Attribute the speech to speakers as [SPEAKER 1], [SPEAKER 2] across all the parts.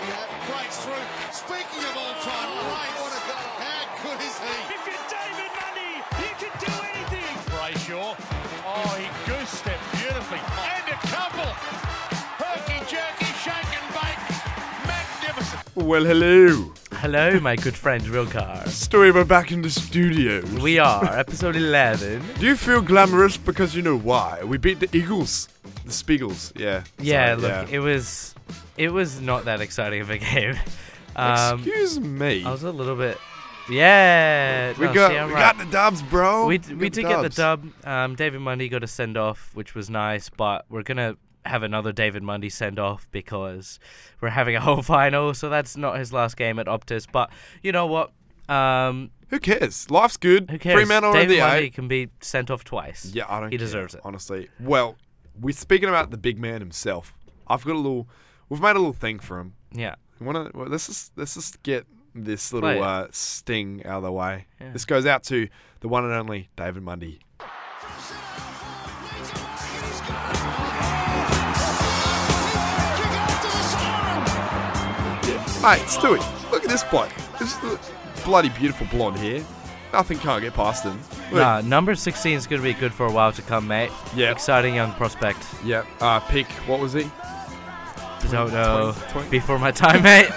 [SPEAKER 1] breaks through. Speaking of all-time greats, Oh, what a goal. How good is he?
[SPEAKER 2] If you're David Mundy, you can do anything. Brayshaw. Oh, he goose stepped beautifully. And a couple. Herky jerky, shake and bake. Magnificent.
[SPEAKER 3] Well, hello.
[SPEAKER 4] Hello, my good friend Rilkar.
[SPEAKER 3] Story, we're back in the studio.
[SPEAKER 4] We are episode 11.
[SPEAKER 3] Do you feel glamorous because you know why? We beat the Eagles. The Spiegels, yeah.
[SPEAKER 4] Yeah,
[SPEAKER 3] Sorry,
[SPEAKER 4] look,
[SPEAKER 3] yeah.
[SPEAKER 4] it was it was not that exciting of a game. Um,
[SPEAKER 3] Excuse me.
[SPEAKER 4] I was a little bit. Yeah,
[SPEAKER 3] we
[SPEAKER 4] no,
[SPEAKER 3] got
[SPEAKER 4] see, I'm
[SPEAKER 3] we
[SPEAKER 4] right.
[SPEAKER 3] got the dubs, bro.
[SPEAKER 4] we, d- we
[SPEAKER 3] got
[SPEAKER 4] did get the dub. Um, David Mundy got a send off, which was nice, but we're gonna have another David Mundy send off because we're having a whole final, so that's not his last game at Optus. But you know what? Um,
[SPEAKER 3] Who cares? Life's good.
[SPEAKER 4] who
[SPEAKER 3] Three
[SPEAKER 4] cares?
[SPEAKER 3] men on
[SPEAKER 4] David
[SPEAKER 3] the
[SPEAKER 4] Mundy
[SPEAKER 3] eye.
[SPEAKER 4] can be sent off twice.
[SPEAKER 3] Yeah, I don't.
[SPEAKER 4] He
[SPEAKER 3] care,
[SPEAKER 4] deserves it.
[SPEAKER 3] honestly. Well, we're speaking about the big man himself. I've got a little. We've made a little thing for him.
[SPEAKER 4] Yeah.
[SPEAKER 3] You wanna? Well, let's just let's just get this little
[SPEAKER 4] Play it.
[SPEAKER 3] uh, sting out of the way.
[SPEAKER 4] Yeah.
[SPEAKER 3] This goes out to the one and only David Mundy. Mate, Stewie, look at this bloke. This is a bloody beautiful blonde hair. Nothing can't get past him. Look.
[SPEAKER 4] Nah, number 16 is going to be good for a while to come, mate.
[SPEAKER 3] Yeah.
[SPEAKER 4] Exciting young prospect.
[SPEAKER 3] Yeah, uh, peak, what was he?
[SPEAKER 4] Don't know.
[SPEAKER 3] twenty- twenty-
[SPEAKER 4] uh, Before my time, mate.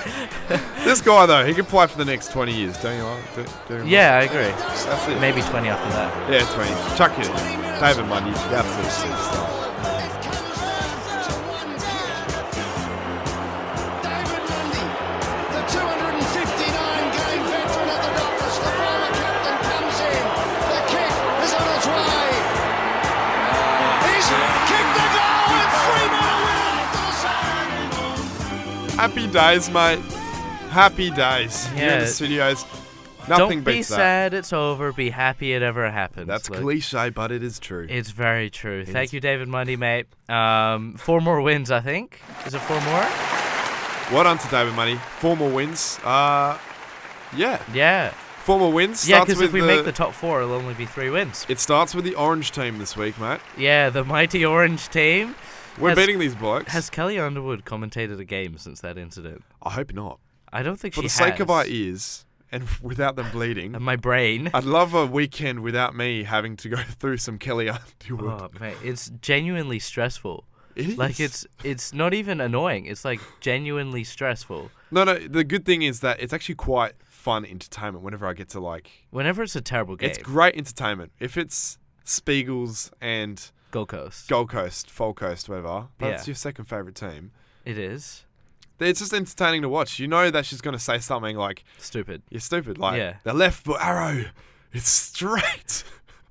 [SPEAKER 3] This guy, though, he could play for the next 20 years, don't you like? do- do you like-
[SPEAKER 4] yeah, I agree.
[SPEAKER 3] That's it.
[SPEAKER 4] Maybe 20 after that.
[SPEAKER 3] Yeah, 20. Chuck it in. David Mundy, absolute superstar.
[SPEAKER 1] David Mundy, the 259-game veteran of the Dockers, the former captain comes in. The kick is on its way. He's kicked the goal and 3-0 win at the Sun.
[SPEAKER 3] Happy days, mate. Happy days. Here in
[SPEAKER 4] Yeah.
[SPEAKER 3] the studios. Nothing
[SPEAKER 4] Don't be
[SPEAKER 3] beats that.
[SPEAKER 4] sad it's over. Be happy it ever happened.
[SPEAKER 3] That's
[SPEAKER 4] Like,
[SPEAKER 3] cliche, but it is true.
[SPEAKER 4] It's very true. Thank
[SPEAKER 3] is.
[SPEAKER 4] you, David Mundy, mate. Um, four more wins, I think. Is it four more?
[SPEAKER 3] Well done to David Money. Four more wins. Uh, yeah,
[SPEAKER 4] Yeah.
[SPEAKER 3] four more wins.
[SPEAKER 4] Yeah,
[SPEAKER 3] Starts
[SPEAKER 4] because if
[SPEAKER 3] with
[SPEAKER 4] we make the top four, it'll only be three wins.
[SPEAKER 3] it starts with the orange team this week, mate.
[SPEAKER 4] Yeah, the mighty orange team.
[SPEAKER 3] We're
[SPEAKER 4] Has-
[SPEAKER 3] beating these blokes.
[SPEAKER 4] Has Kelly Underwood commentated a game since that incident?
[SPEAKER 3] I hope not.
[SPEAKER 4] I don't think
[SPEAKER 3] For
[SPEAKER 4] she
[SPEAKER 3] the sake of
[SPEAKER 4] has. Um,
[SPEAKER 3] our e- ears and without them bleeding,
[SPEAKER 4] and my brain.
[SPEAKER 3] I'd love a weekend without me having to go through some Kelly Underwood.
[SPEAKER 4] Oh, mate, it's genuinely stressful.
[SPEAKER 3] It is.
[SPEAKER 4] Oh, Like it's it's not even annoying. It's like genuinely stressful.
[SPEAKER 3] no, no. The good thing is that it's actually quite fun entertainment. Whenever I get to like,
[SPEAKER 4] Whenever it's a terrible game,
[SPEAKER 3] it's great entertainment. If it's Spiegels and
[SPEAKER 4] Gold Coast.
[SPEAKER 3] Gold Coast, Fold Coast, whatever, that's
[SPEAKER 4] Yeah.
[SPEAKER 3] your second favorite team.
[SPEAKER 4] it is
[SPEAKER 3] It's just entertaining to watch. You know that she's gonna say something like,
[SPEAKER 4] stupid.
[SPEAKER 3] "You're stupid." Like
[SPEAKER 4] Yeah.
[SPEAKER 3] the left foot arrow, it's straight.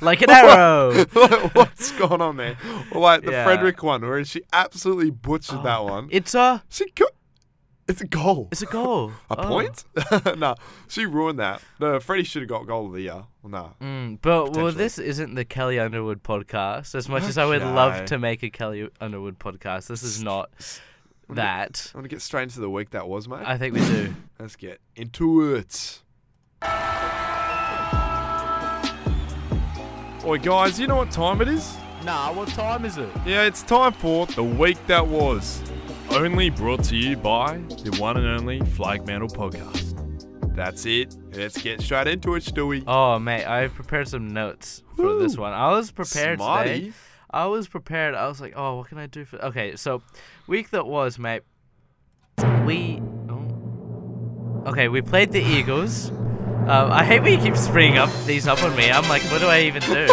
[SPEAKER 4] Like an arrow.
[SPEAKER 3] Like, What's going on there? Or like the
[SPEAKER 4] Yeah. Oh.
[SPEAKER 3] Frederick one, where she absolutely butchered that one.
[SPEAKER 4] It's a
[SPEAKER 3] she co- it's a goal.
[SPEAKER 4] it's a goal.
[SPEAKER 3] a
[SPEAKER 4] Oh.
[SPEAKER 3] point? nah, she ruined that. No, Freddie should have got goal of the year. Well, nah.
[SPEAKER 4] Mm, but well,
[SPEAKER 3] Potentially.
[SPEAKER 4] this isn't the Kelly Underwood podcast. As much as I would love
[SPEAKER 3] Okay.
[SPEAKER 4] to make a Kelly Underwood podcast, this is not that.
[SPEAKER 3] I'm gonna get straight into the week that was, mate.
[SPEAKER 4] I think we do.
[SPEAKER 3] Let's get into it. Oi, guys, you know what time it is?
[SPEAKER 2] Nah, what time is it?
[SPEAKER 3] Yeah, it's time for the week that was.
[SPEAKER 5] Only brought to you by the one and only Flag Mantle Podcast.
[SPEAKER 3] That's it. Let's get straight into it, Stewie.
[SPEAKER 4] Oh mate, I've prepared some notes for this
[SPEAKER 3] Woo.
[SPEAKER 4] one. I was prepared
[SPEAKER 3] Smarty.
[SPEAKER 4] today. I was prepared. I was like, oh, what can I do for? Okay, so week that was, mate. We. Oh. Okay, we played the Eagles. Um, I hate when you keep springing up these up on me. I'm like, what do I even do?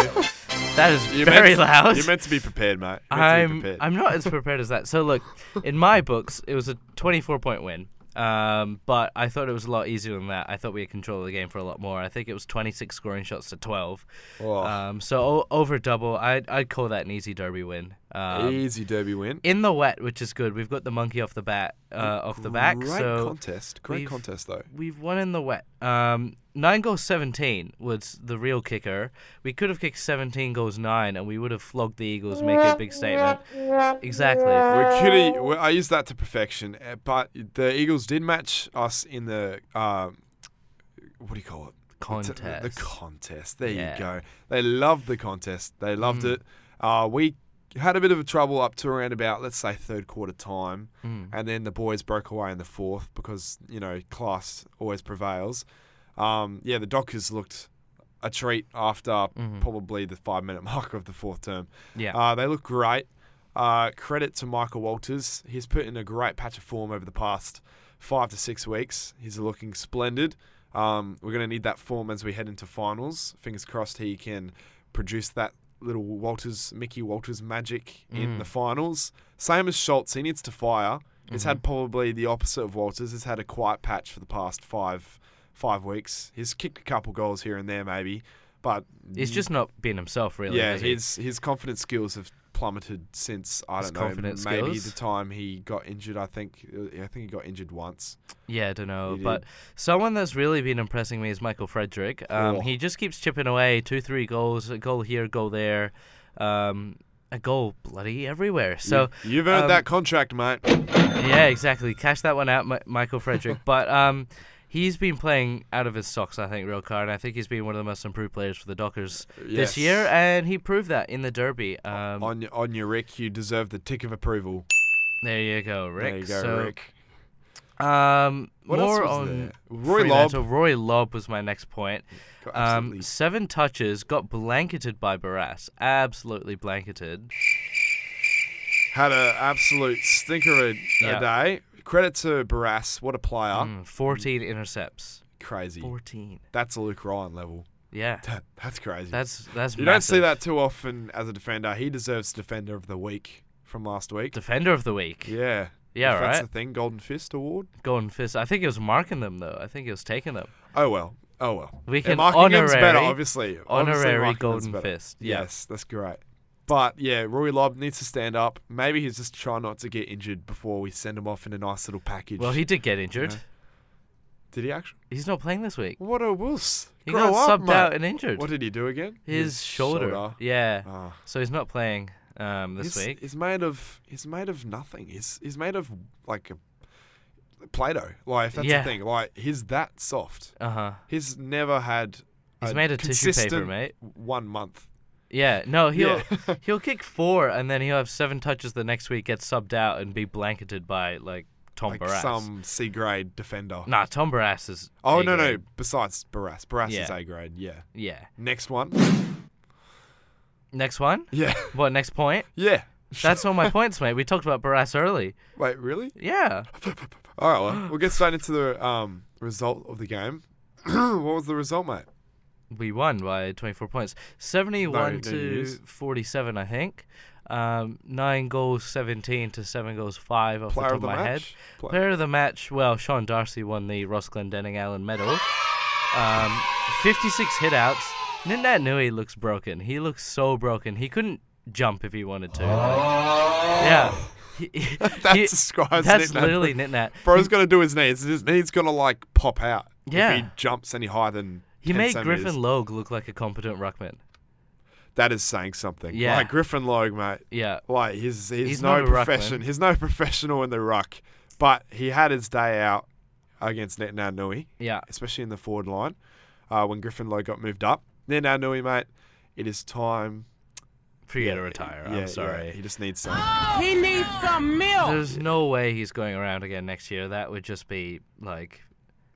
[SPEAKER 4] That is
[SPEAKER 3] You're
[SPEAKER 4] very
[SPEAKER 3] meant,
[SPEAKER 4] loud.
[SPEAKER 3] You're meant to be prepared, mate. You're meant to be
[SPEAKER 4] I'm
[SPEAKER 3] prepared.
[SPEAKER 4] I'm not as prepared as that. So look, in my books, it was a 24 point win. Um, but I thought it was a lot easier than that. I thought we had control of the game for a lot more. I think it was 26 scoring shots to 12.
[SPEAKER 3] Oh.
[SPEAKER 4] Um, so o- over double, I'd, I'd call that an easy derby win. Um,
[SPEAKER 3] Easy derby win.
[SPEAKER 4] in the wet, which is good. We've got the monkey off the bat, uh, off the back.
[SPEAKER 3] Great
[SPEAKER 4] so
[SPEAKER 3] contest. Great
[SPEAKER 4] we've-
[SPEAKER 3] contest, though.
[SPEAKER 4] we've won in the wet. Um, nine goals, seventeen was the real kicker. We could have kicked seventeen goals nine, and we would have flogged the Eagles, make a big statement. Exactly.
[SPEAKER 3] We're kitty. we I used that to perfection, uh, but the Eagles did match us in the um, what do you call it? The t- The,
[SPEAKER 4] Contest.
[SPEAKER 3] contest. There
[SPEAKER 4] Yeah. Mm.
[SPEAKER 3] you go. They loved the contest. They loved it. Uh, we had a bit of a trouble up to around about let's say third quarter time,
[SPEAKER 4] Mm.
[SPEAKER 3] and then the boys broke away in the fourth because you know class always prevails. Um, yeah, the Dockers looked a treat after probably the five minute mark of the fourth term.
[SPEAKER 4] Mm-hmm. Yeah.
[SPEAKER 3] uh, they look great. Uh, credit to Michael Walters. He's put in a great patch of form over the past five to six weeks. He's looking splendid. Um, we're going to need that form as we head into finals. Fingers crossed he can produce that little Walters, Mickey Walters magic in the finals. Same as Schultz, he needs to fire. He's had probably the opposite of Walters. He's had a quiet patch for the past five five weeks. He's kicked a couple goals here and there, maybe, but
[SPEAKER 4] He's just not being himself, really.
[SPEAKER 3] yeah,
[SPEAKER 4] is he?
[SPEAKER 3] his his confidence skills have plummeted since I
[SPEAKER 4] His
[SPEAKER 3] don't know maybe
[SPEAKER 4] confidence skills?
[SPEAKER 3] the time he got injured. I think I think he got injured once.
[SPEAKER 4] Yeah, I don't know.
[SPEAKER 3] He
[SPEAKER 4] But
[SPEAKER 3] did.
[SPEAKER 4] someone that's really been impressing me is Michael Frederick. Um,
[SPEAKER 3] Oh.
[SPEAKER 4] He just keeps chipping away two, three goals, a goal here, a goal there, um, a goal bloody everywhere. So
[SPEAKER 3] You've earned
[SPEAKER 4] um,
[SPEAKER 3] that contract, mate.
[SPEAKER 4] yeah, exactly. Cash that one out, Mi- Michael Frederick. but um, he's been playing out of his socks, I think, real car, and I think he's been one of the most improved players for the Dockers
[SPEAKER 3] Uh, Yes. Oh,
[SPEAKER 4] this year, and he proved that in the Derby. Um,
[SPEAKER 3] On your, on your Rick, you deserve the tick of approval.
[SPEAKER 4] there you go, Rick.
[SPEAKER 3] there you go,
[SPEAKER 4] so,
[SPEAKER 3] Rick.
[SPEAKER 4] Um,
[SPEAKER 3] What else
[SPEAKER 4] more
[SPEAKER 3] was
[SPEAKER 4] on
[SPEAKER 3] there? Roy
[SPEAKER 4] Fremantle.
[SPEAKER 3] Lobb.
[SPEAKER 4] Roy Lobb was my next point.
[SPEAKER 3] Got absolutely-
[SPEAKER 4] Um, seven touches got blanketed by Barras. Absolutely blanketed.
[SPEAKER 3] had an absolute stinker a, a
[SPEAKER 4] Yeah.
[SPEAKER 3] day. Credit to Barras, what a player.
[SPEAKER 4] Mm, 14 intercepts.
[SPEAKER 3] Crazy.
[SPEAKER 4] 14.
[SPEAKER 3] That's a Luke Ryan level.
[SPEAKER 4] Yeah.
[SPEAKER 3] That- that's crazy.
[SPEAKER 4] That's that's
[SPEAKER 3] you don't see
[SPEAKER 4] massive.
[SPEAKER 3] that too often as a defender. He deserves Defender of the Week from last week.
[SPEAKER 4] Defender of the week.
[SPEAKER 3] yeah.
[SPEAKER 4] Yeah,
[SPEAKER 3] if That's
[SPEAKER 4] right.
[SPEAKER 3] the thing, Golden Fist Award.
[SPEAKER 4] Golden fist. I think it was marking them though. I think it was taking them.
[SPEAKER 3] Oh well. Oh well.
[SPEAKER 4] We
[SPEAKER 3] And
[SPEAKER 4] can
[SPEAKER 3] Markingham's better,
[SPEAKER 4] honorary-
[SPEAKER 3] obviously.
[SPEAKER 4] honorary
[SPEAKER 3] obviously Markingham's
[SPEAKER 4] Golden
[SPEAKER 3] better.
[SPEAKER 4] Fist, yeah.
[SPEAKER 3] Yes, that's great. But yeah, Rory Lobb needs to stand up. Maybe he's just trying not to get injured before we send him off in a nice little package.
[SPEAKER 4] Well, he did get injured.
[SPEAKER 3] did he actually?
[SPEAKER 4] He's not playing this week.
[SPEAKER 3] What a wuss!
[SPEAKER 4] He
[SPEAKER 3] Grow
[SPEAKER 4] got
[SPEAKER 3] up,
[SPEAKER 4] subbed
[SPEAKER 3] mate.
[SPEAKER 4] out and injured.
[SPEAKER 3] What did he do again?
[SPEAKER 4] His, shoulder. Yeah.
[SPEAKER 3] Ah.
[SPEAKER 4] So he's not playing um, this
[SPEAKER 3] he's,
[SPEAKER 4] week.
[SPEAKER 3] he's made of he's made of nothing. He's he's made of like a Play-Doh. Like that's
[SPEAKER 4] Yeah.
[SPEAKER 3] the thing. Like he's that soft.
[SPEAKER 4] Uh huh.
[SPEAKER 3] He's never had.
[SPEAKER 4] He's
[SPEAKER 3] a
[SPEAKER 4] made of tissue paper,
[SPEAKER 3] consistent
[SPEAKER 4] mate.
[SPEAKER 3] One month.
[SPEAKER 4] Yeah, no, he'll
[SPEAKER 3] Yeah.
[SPEAKER 4] he'll kick four and then he'll have seven touches the next week, get subbed out, and be blanketed by like Tom
[SPEAKER 3] like
[SPEAKER 4] Barras.
[SPEAKER 3] some C grade defender.
[SPEAKER 4] Nah, Tom Barras is.
[SPEAKER 3] oh
[SPEAKER 4] A
[SPEAKER 3] no no.
[SPEAKER 4] grade.
[SPEAKER 3] Besides Barras, Barras is
[SPEAKER 4] Yeah.
[SPEAKER 3] A grade. Yeah.
[SPEAKER 4] Yeah.
[SPEAKER 3] Next one.
[SPEAKER 4] Next one.
[SPEAKER 3] Yeah.
[SPEAKER 4] What next point?
[SPEAKER 3] yeah.
[SPEAKER 4] That's all my points, mate. We talked about Barras early.
[SPEAKER 3] Wait, really?
[SPEAKER 4] Yeah.
[SPEAKER 3] All right. Well, we'll get straight into the um, result of the game. what was the result, mate?
[SPEAKER 4] We won by 24 points, 71
[SPEAKER 3] No, no
[SPEAKER 4] to
[SPEAKER 3] news.
[SPEAKER 4] 47, I think. Um, nine goals, 17 to seven goals, five off
[SPEAKER 3] Player
[SPEAKER 4] the top
[SPEAKER 3] of the
[SPEAKER 4] my head.
[SPEAKER 3] match. Play-
[SPEAKER 4] Player of the match, well, Sean Darcy won the Ross Glendenning Allen medal. Um, 56 hitouts. Nindat Nui looks broken. He looks so broken. He couldn't jump if he wanted to. Like, yeah. He- he-
[SPEAKER 3] That
[SPEAKER 4] he-
[SPEAKER 3] describes
[SPEAKER 4] That's
[SPEAKER 3] Nindat.
[SPEAKER 4] literally Nindat.
[SPEAKER 3] Bro's gonna do his knees. His knee's gonna like pop out.
[SPEAKER 4] Yeah.
[SPEAKER 3] If he jumps any higher than
[SPEAKER 4] He
[SPEAKER 3] 10
[SPEAKER 4] made
[SPEAKER 3] centimeters.
[SPEAKER 4] Griffin Logue look like a competent ruckman.
[SPEAKER 3] That is saying something.
[SPEAKER 4] Yeah.
[SPEAKER 3] Like Griffin Logue, mate.
[SPEAKER 4] Yeah.
[SPEAKER 3] Like he's he's,
[SPEAKER 4] He's
[SPEAKER 3] no
[SPEAKER 4] not a ruck,
[SPEAKER 3] profession.
[SPEAKER 4] man.
[SPEAKER 3] he's no professional in the ruck, but he had his day out against Netanyahu Nui,
[SPEAKER 4] Yeah.
[SPEAKER 3] especially in the forward line uh, when Griffin Lowe got moved up. Netanyahu Nui, mate, it is time.
[SPEAKER 4] For you to retire.
[SPEAKER 3] Yeah, yeah,
[SPEAKER 4] I'm sorry.
[SPEAKER 3] he just needs some.
[SPEAKER 6] He needs some milk.
[SPEAKER 4] There's no way he's going around again next year. That would just be like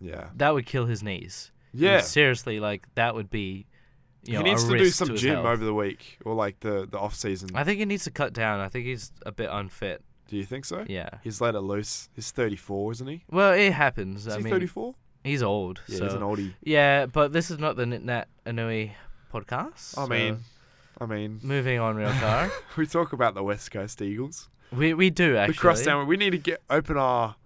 [SPEAKER 3] Yeah,
[SPEAKER 4] that would kill his knees.
[SPEAKER 3] yeah.
[SPEAKER 4] Seriously, like that would be. You know,
[SPEAKER 3] he needs
[SPEAKER 4] a
[SPEAKER 3] to do
[SPEAKER 4] risk
[SPEAKER 3] some
[SPEAKER 4] his
[SPEAKER 3] gym
[SPEAKER 4] health.
[SPEAKER 3] over the week or like the the off season.
[SPEAKER 4] I think he needs to cut down. I think he's a bit unfit.
[SPEAKER 3] Do you think so?
[SPEAKER 4] Yeah.
[SPEAKER 3] He's let it loose. He's 34, isn't he?
[SPEAKER 4] Well, it happens.
[SPEAKER 3] Is
[SPEAKER 4] I
[SPEAKER 3] he
[SPEAKER 4] mean,
[SPEAKER 3] 34?
[SPEAKER 4] he's old.
[SPEAKER 3] Yeah,
[SPEAKER 4] so.
[SPEAKER 3] he's an oldie.
[SPEAKER 4] Yeah, but this is not the Nitnat Anui podcast.
[SPEAKER 3] I mean,
[SPEAKER 4] so
[SPEAKER 3] I mean,
[SPEAKER 4] moving on real car.
[SPEAKER 3] we talk about the West Coast Eagles.
[SPEAKER 4] we we do actually.
[SPEAKER 3] We cross down. We need to get open our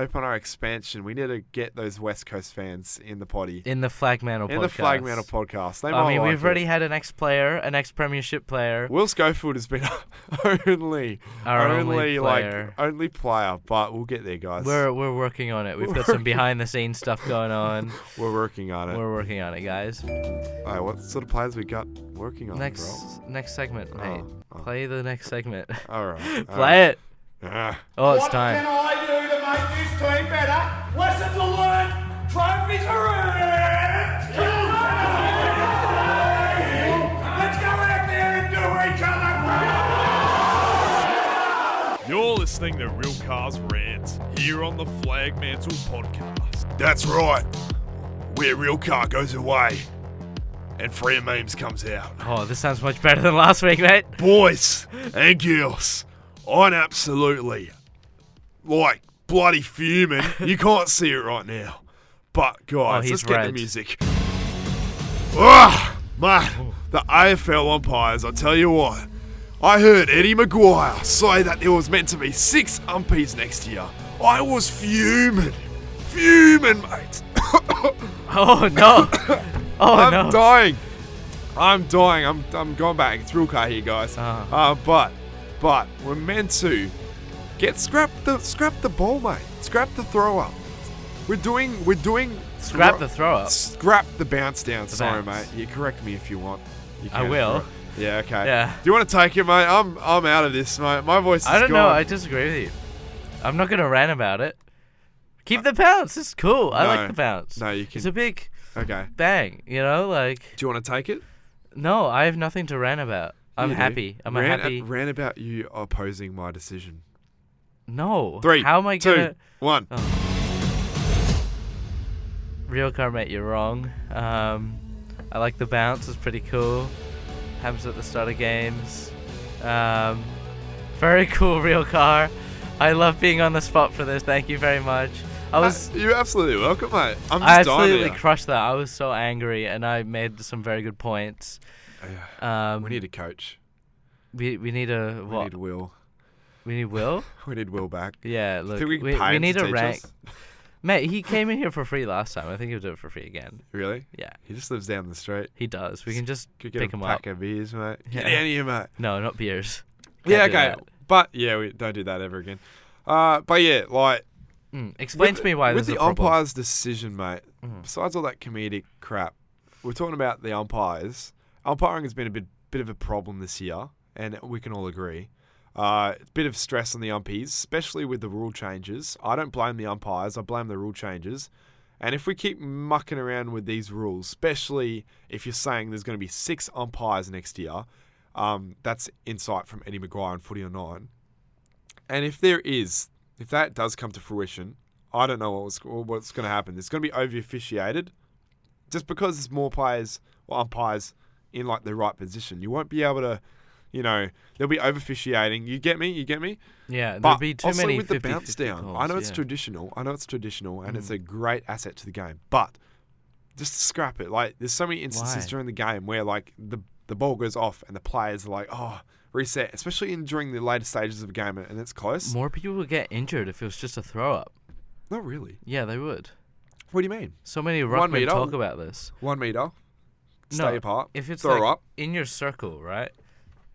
[SPEAKER 3] open our expansion. We need to get those West Coast fans in the potty
[SPEAKER 4] in the flag mantle.
[SPEAKER 3] in
[SPEAKER 4] podcast.
[SPEAKER 3] the flag mantle podcast. They
[SPEAKER 4] I
[SPEAKER 3] might
[SPEAKER 4] mean,
[SPEAKER 3] like
[SPEAKER 4] we've
[SPEAKER 3] it.
[SPEAKER 4] already had an ex player, an ex Premiership player.
[SPEAKER 3] Will Schofield has been only
[SPEAKER 4] Our only
[SPEAKER 3] only
[SPEAKER 4] player.
[SPEAKER 3] like only player, but we'll get there, guys.
[SPEAKER 4] We're we're working on it. We've got some behind the scenes stuff going on.
[SPEAKER 3] We're working on it.
[SPEAKER 4] We're working on it,
[SPEAKER 3] Oh,
[SPEAKER 4] guys.
[SPEAKER 3] All right, what sort of players we got working on? bro?
[SPEAKER 4] Next next segment, mate.
[SPEAKER 3] Oh, oh.
[SPEAKER 4] Play the next segment.
[SPEAKER 3] all right, all right.
[SPEAKER 4] Play it.
[SPEAKER 3] Ah,
[SPEAKER 4] Oh, it's
[SPEAKER 7] What can
[SPEAKER 4] time.
[SPEAKER 7] I do to make this team better? Lessons are learned, trophies are earned. Let's go out there and do each other proud.
[SPEAKER 5] listening to Real Cars Rants here on the Flag Mantle Podcast.
[SPEAKER 3] That's right. Where real car goes away and Freer Memes comes out.
[SPEAKER 4] Oh, this sounds much better than last week, mate.
[SPEAKER 3] Boys and girls, I'm absolutely like bloody fuming. you can't see it right now. But guys,
[SPEAKER 4] Oh, he's
[SPEAKER 3] let's get the
[SPEAKER 4] red.
[SPEAKER 3] music. Ah, man, the AFL umpires, I tell you what. I heard Eddie Maguire say that there was meant to be six umpies next year. I was fuming. Fuming, mate.
[SPEAKER 4] Oh no. Oh
[SPEAKER 3] I'm
[SPEAKER 4] no.
[SPEAKER 3] dying. I'm dying. I'm, I'm going back. It's real car here, guys.
[SPEAKER 4] Ah.
[SPEAKER 3] Uh, but but we're meant to get scrap the scrap the ball, mate. Scrap the throw up. We're doing we're doing
[SPEAKER 4] Scrap the throw up?
[SPEAKER 3] Scrap the bounce down. Sorry,
[SPEAKER 4] bounce.
[SPEAKER 3] mate. You correct me if you want. You
[SPEAKER 4] I
[SPEAKER 3] can
[SPEAKER 4] will.
[SPEAKER 3] throw it. Yeah. Okay.
[SPEAKER 4] Yeah.
[SPEAKER 3] Do you want to take it, mate? I'm I'm out of this, mate. My voice. Is
[SPEAKER 4] I don't
[SPEAKER 3] gone.
[SPEAKER 4] know. I disagree with you. I'm not gonna rant about it. Keep the bounce. It's cool. I
[SPEAKER 3] No.
[SPEAKER 4] like the bounce.
[SPEAKER 3] No, you
[SPEAKER 4] It's
[SPEAKER 3] can.
[SPEAKER 4] a big
[SPEAKER 3] okay.
[SPEAKER 4] bang. You know, like
[SPEAKER 3] Do you want to take it?
[SPEAKER 4] no, I have nothing to rant about. I'm
[SPEAKER 3] You do.
[SPEAKER 4] happy. I'm a
[SPEAKER 3] Ran-
[SPEAKER 4] happy.
[SPEAKER 3] Ran about you opposing my decision.
[SPEAKER 4] no.
[SPEAKER 3] Three.
[SPEAKER 4] How am I
[SPEAKER 3] two,
[SPEAKER 4] gonna?
[SPEAKER 3] one.
[SPEAKER 4] Real car mate, you're wrong. Um, I like the bounce. It's pretty cool. Happens at the start of games. Um, very cool, real car. I love being on the spot for this. Thank you very much. I was.
[SPEAKER 3] Uh, You're absolutely welcome, mate. I'm just
[SPEAKER 4] I
[SPEAKER 3] dying.
[SPEAKER 4] absolutely
[SPEAKER 3] here.
[SPEAKER 4] crushed that. I was so angry, and I made some very good points. Um,
[SPEAKER 3] Oh, we need a coach.
[SPEAKER 4] we, we need a
[SPEAKER 3] We
[SPEAKER 4] what?
[SPEAKER 3] need Will.
[SPEAKER 4] We need Will.
[SPEAKER 3] We need Will back.
[SPEAKER 4] Yeah, look,
[SPEAKER 3] Think we
[SPEAKER 4] we,
[SPEAKER 3] can
[SPEAKER 4] we,
[SPEAKER 3] pay him
[SPEAKER 4] need
[SPEAKER 3] to
[SPEAKER 4] a
[SPEAKER 3] teach
[SPEAKER 4] rank.
[SPEAKER 3] us?
[SPEAKER 4] Mate, he came in here for free last time. I think he'll do it for free again.
[SPEAKER 3] Really?
[SPEAKER 4] Yeah,
[SPEAKER 3] He just lives down the street.
[SPEAKER 4] he does. We can just
[SPEAKER 3] Could get
[SPEAKER 4] pick
[SPEAKER 3] a
[SPEAKER 4] him up.
[SPEAKER 3] pack of beers, mate. Get
[SPEAKER 4] Yeah.
[SPEAKER 3] out of here, mate.
[SPEAKER 4] No, not beers.
[SPEAKER 3] yeah,
[SPEAKER 4] Can't do
[SPEAKER 3] okay. But yeah, we don't do that ever again. Uh, but yeah, like
[SPEAKER 4] that. Mm, Explain to me why
[SPEAKER 3] with
[SPEAKER 4] this
[SPEAKER 3] the
[SPEAKER 4] is a problem. Mm-hmm.
[SPEAKER 3] umpire's decision, mate. Besides all that comedic crap, we're talking about the umpires. Umpiring has been a bit bit of a problem this year, and we can all agree. Uh, it's a bit of stress on the umpies, especially with the rule changes. I don't blame the umpires; I blame the rule changes. And if we keep mucking around with these rules, especially if you're saying there's going to be six umpires next year, um, that's insight from Eddie McGuire on Footy or Nine. And if there is, if that does come to fruition, I don't know what's what's going to happen. It's going to be over officiated, just because there's more players or umpires in like the right position. You won't be able to, you know, there'll be over officiating. You get me? You get me?
[SPEAKER 4] yeah, there'll
[SPEAKER 3] But
[SPEAKER 4] be too
[SPEAKER 3] also
[SPEAKER 4] many
[SPEAKER 3] with
[SPEAKER 4] 50,
[SPEAKER 3] the bounce
[SPEAKER 4] 50
[SPEAKER 3] down,
[SPEAKER 4] calls,
[SPEAKER 3] I know it's
[SPEAKER 4] yeah. Mm.
[SPEAKER 3] traditional. I know it's traditional, and it's a great asset to the game. But just scrap it. Like there's so many instances
[SPEAKER 4] Why?
[SPEAKER 3] during the game where like the the ball goes off and the players are like, oh, reset. Especially in during the later stages of a game and it's close.
[SPEAKER 4] More people would get injured if it was just a throw up.
[SPEAKER 3] Not really.
[SPEAKER 4] Yeah, they would.
[SPEAKER 3] What do you mean?
[SPEAKER 4] So many
[SPEAKER 3] One
[SPEAKER 4] ruckmen
[SPEAKER 3] meter.
[SPEAKER 4] talk about this.
[SPEAKER 3] One meter. Stay apart.
[SPEAKER 4] If it's
[SPEAKER 3] throw
[SPEAKER 4] like
[SPEAKER 3] up.
[SPEAKER 4] in your circle, right?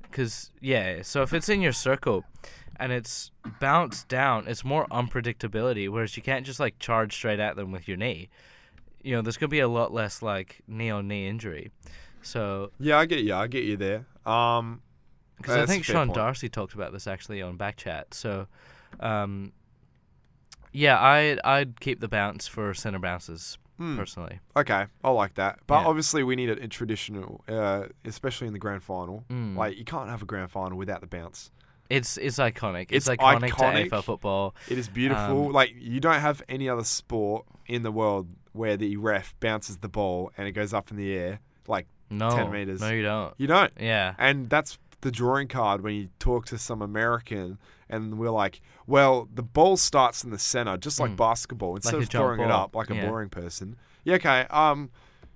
[SPEAKER 4] Because yeah, so if it's in your circle, and it's bounced down, it's more unpredictability. Whereas you can't just like charge straight at them with your knee. You know, there's gonna be a lot less like knee on knee injury. So
[SPEAKER 3] Yeah, I get you. I get you there. Um,
[SPEAKER 4] because I
[SPEAKER 3] That's a
[SPEAKER 4] think
[SPEAKER 3] fair
[SPEAKER 4] Sean
[SPEAKER 3] point.
[SPEAKER 4] Darcy talked about this actually on Backchat. So, um, yeah, I I'd keep the bounce for center bounces
[SPEAKER 3] Hmm.
[SPEAKER 4] personally.
[SPEAKER 3] okay, I like that. But
[SPEAKER 4] Yeah.
[SPEAKER 3] obviously, we need it in traditional, uh, especially in the grand final.
[SPEAKER 4] Mm.
[SPEAKER 3] Like you can't have a grand final without the bounce.
[SPEAKER 4] It's it's iconic. It's,
[SPEAKER 3] It's
[SPEAKER 4] iconic,
[SPEAKER 3] iconic.
[SPEAKER 4] to AFL football.
[SPEAKER 3] It is beautiful.
[SPEAKER 4] Um,
[SPEAKER 3] like you don't have any other sport in the world where the ref bounces the ball and it goes up in the air like
[SPEAKER 4] No,
[SPEAKER 3] ten meters.
[SPEAKER 4] No, you don't.
[SPEAKER 3] You don't.
[SPEAKER 4] Yeah.
[SPEAKER 3] And that's the drawing card when you talk to some American and we're like, well, the ball starts in the center, just like basketball, instead
[SPEAKER 4] Hmm. a
[SPEAKER 3] of
[SPEAKER 4] jump
[SPEAKER 3] throwing it
[SPEAKER 4] ball.
[SPEAKER 3] up like a
[SPEAKER 4] Yeah.
[SPEAKER 3] boring person. Yeah, okay. Um,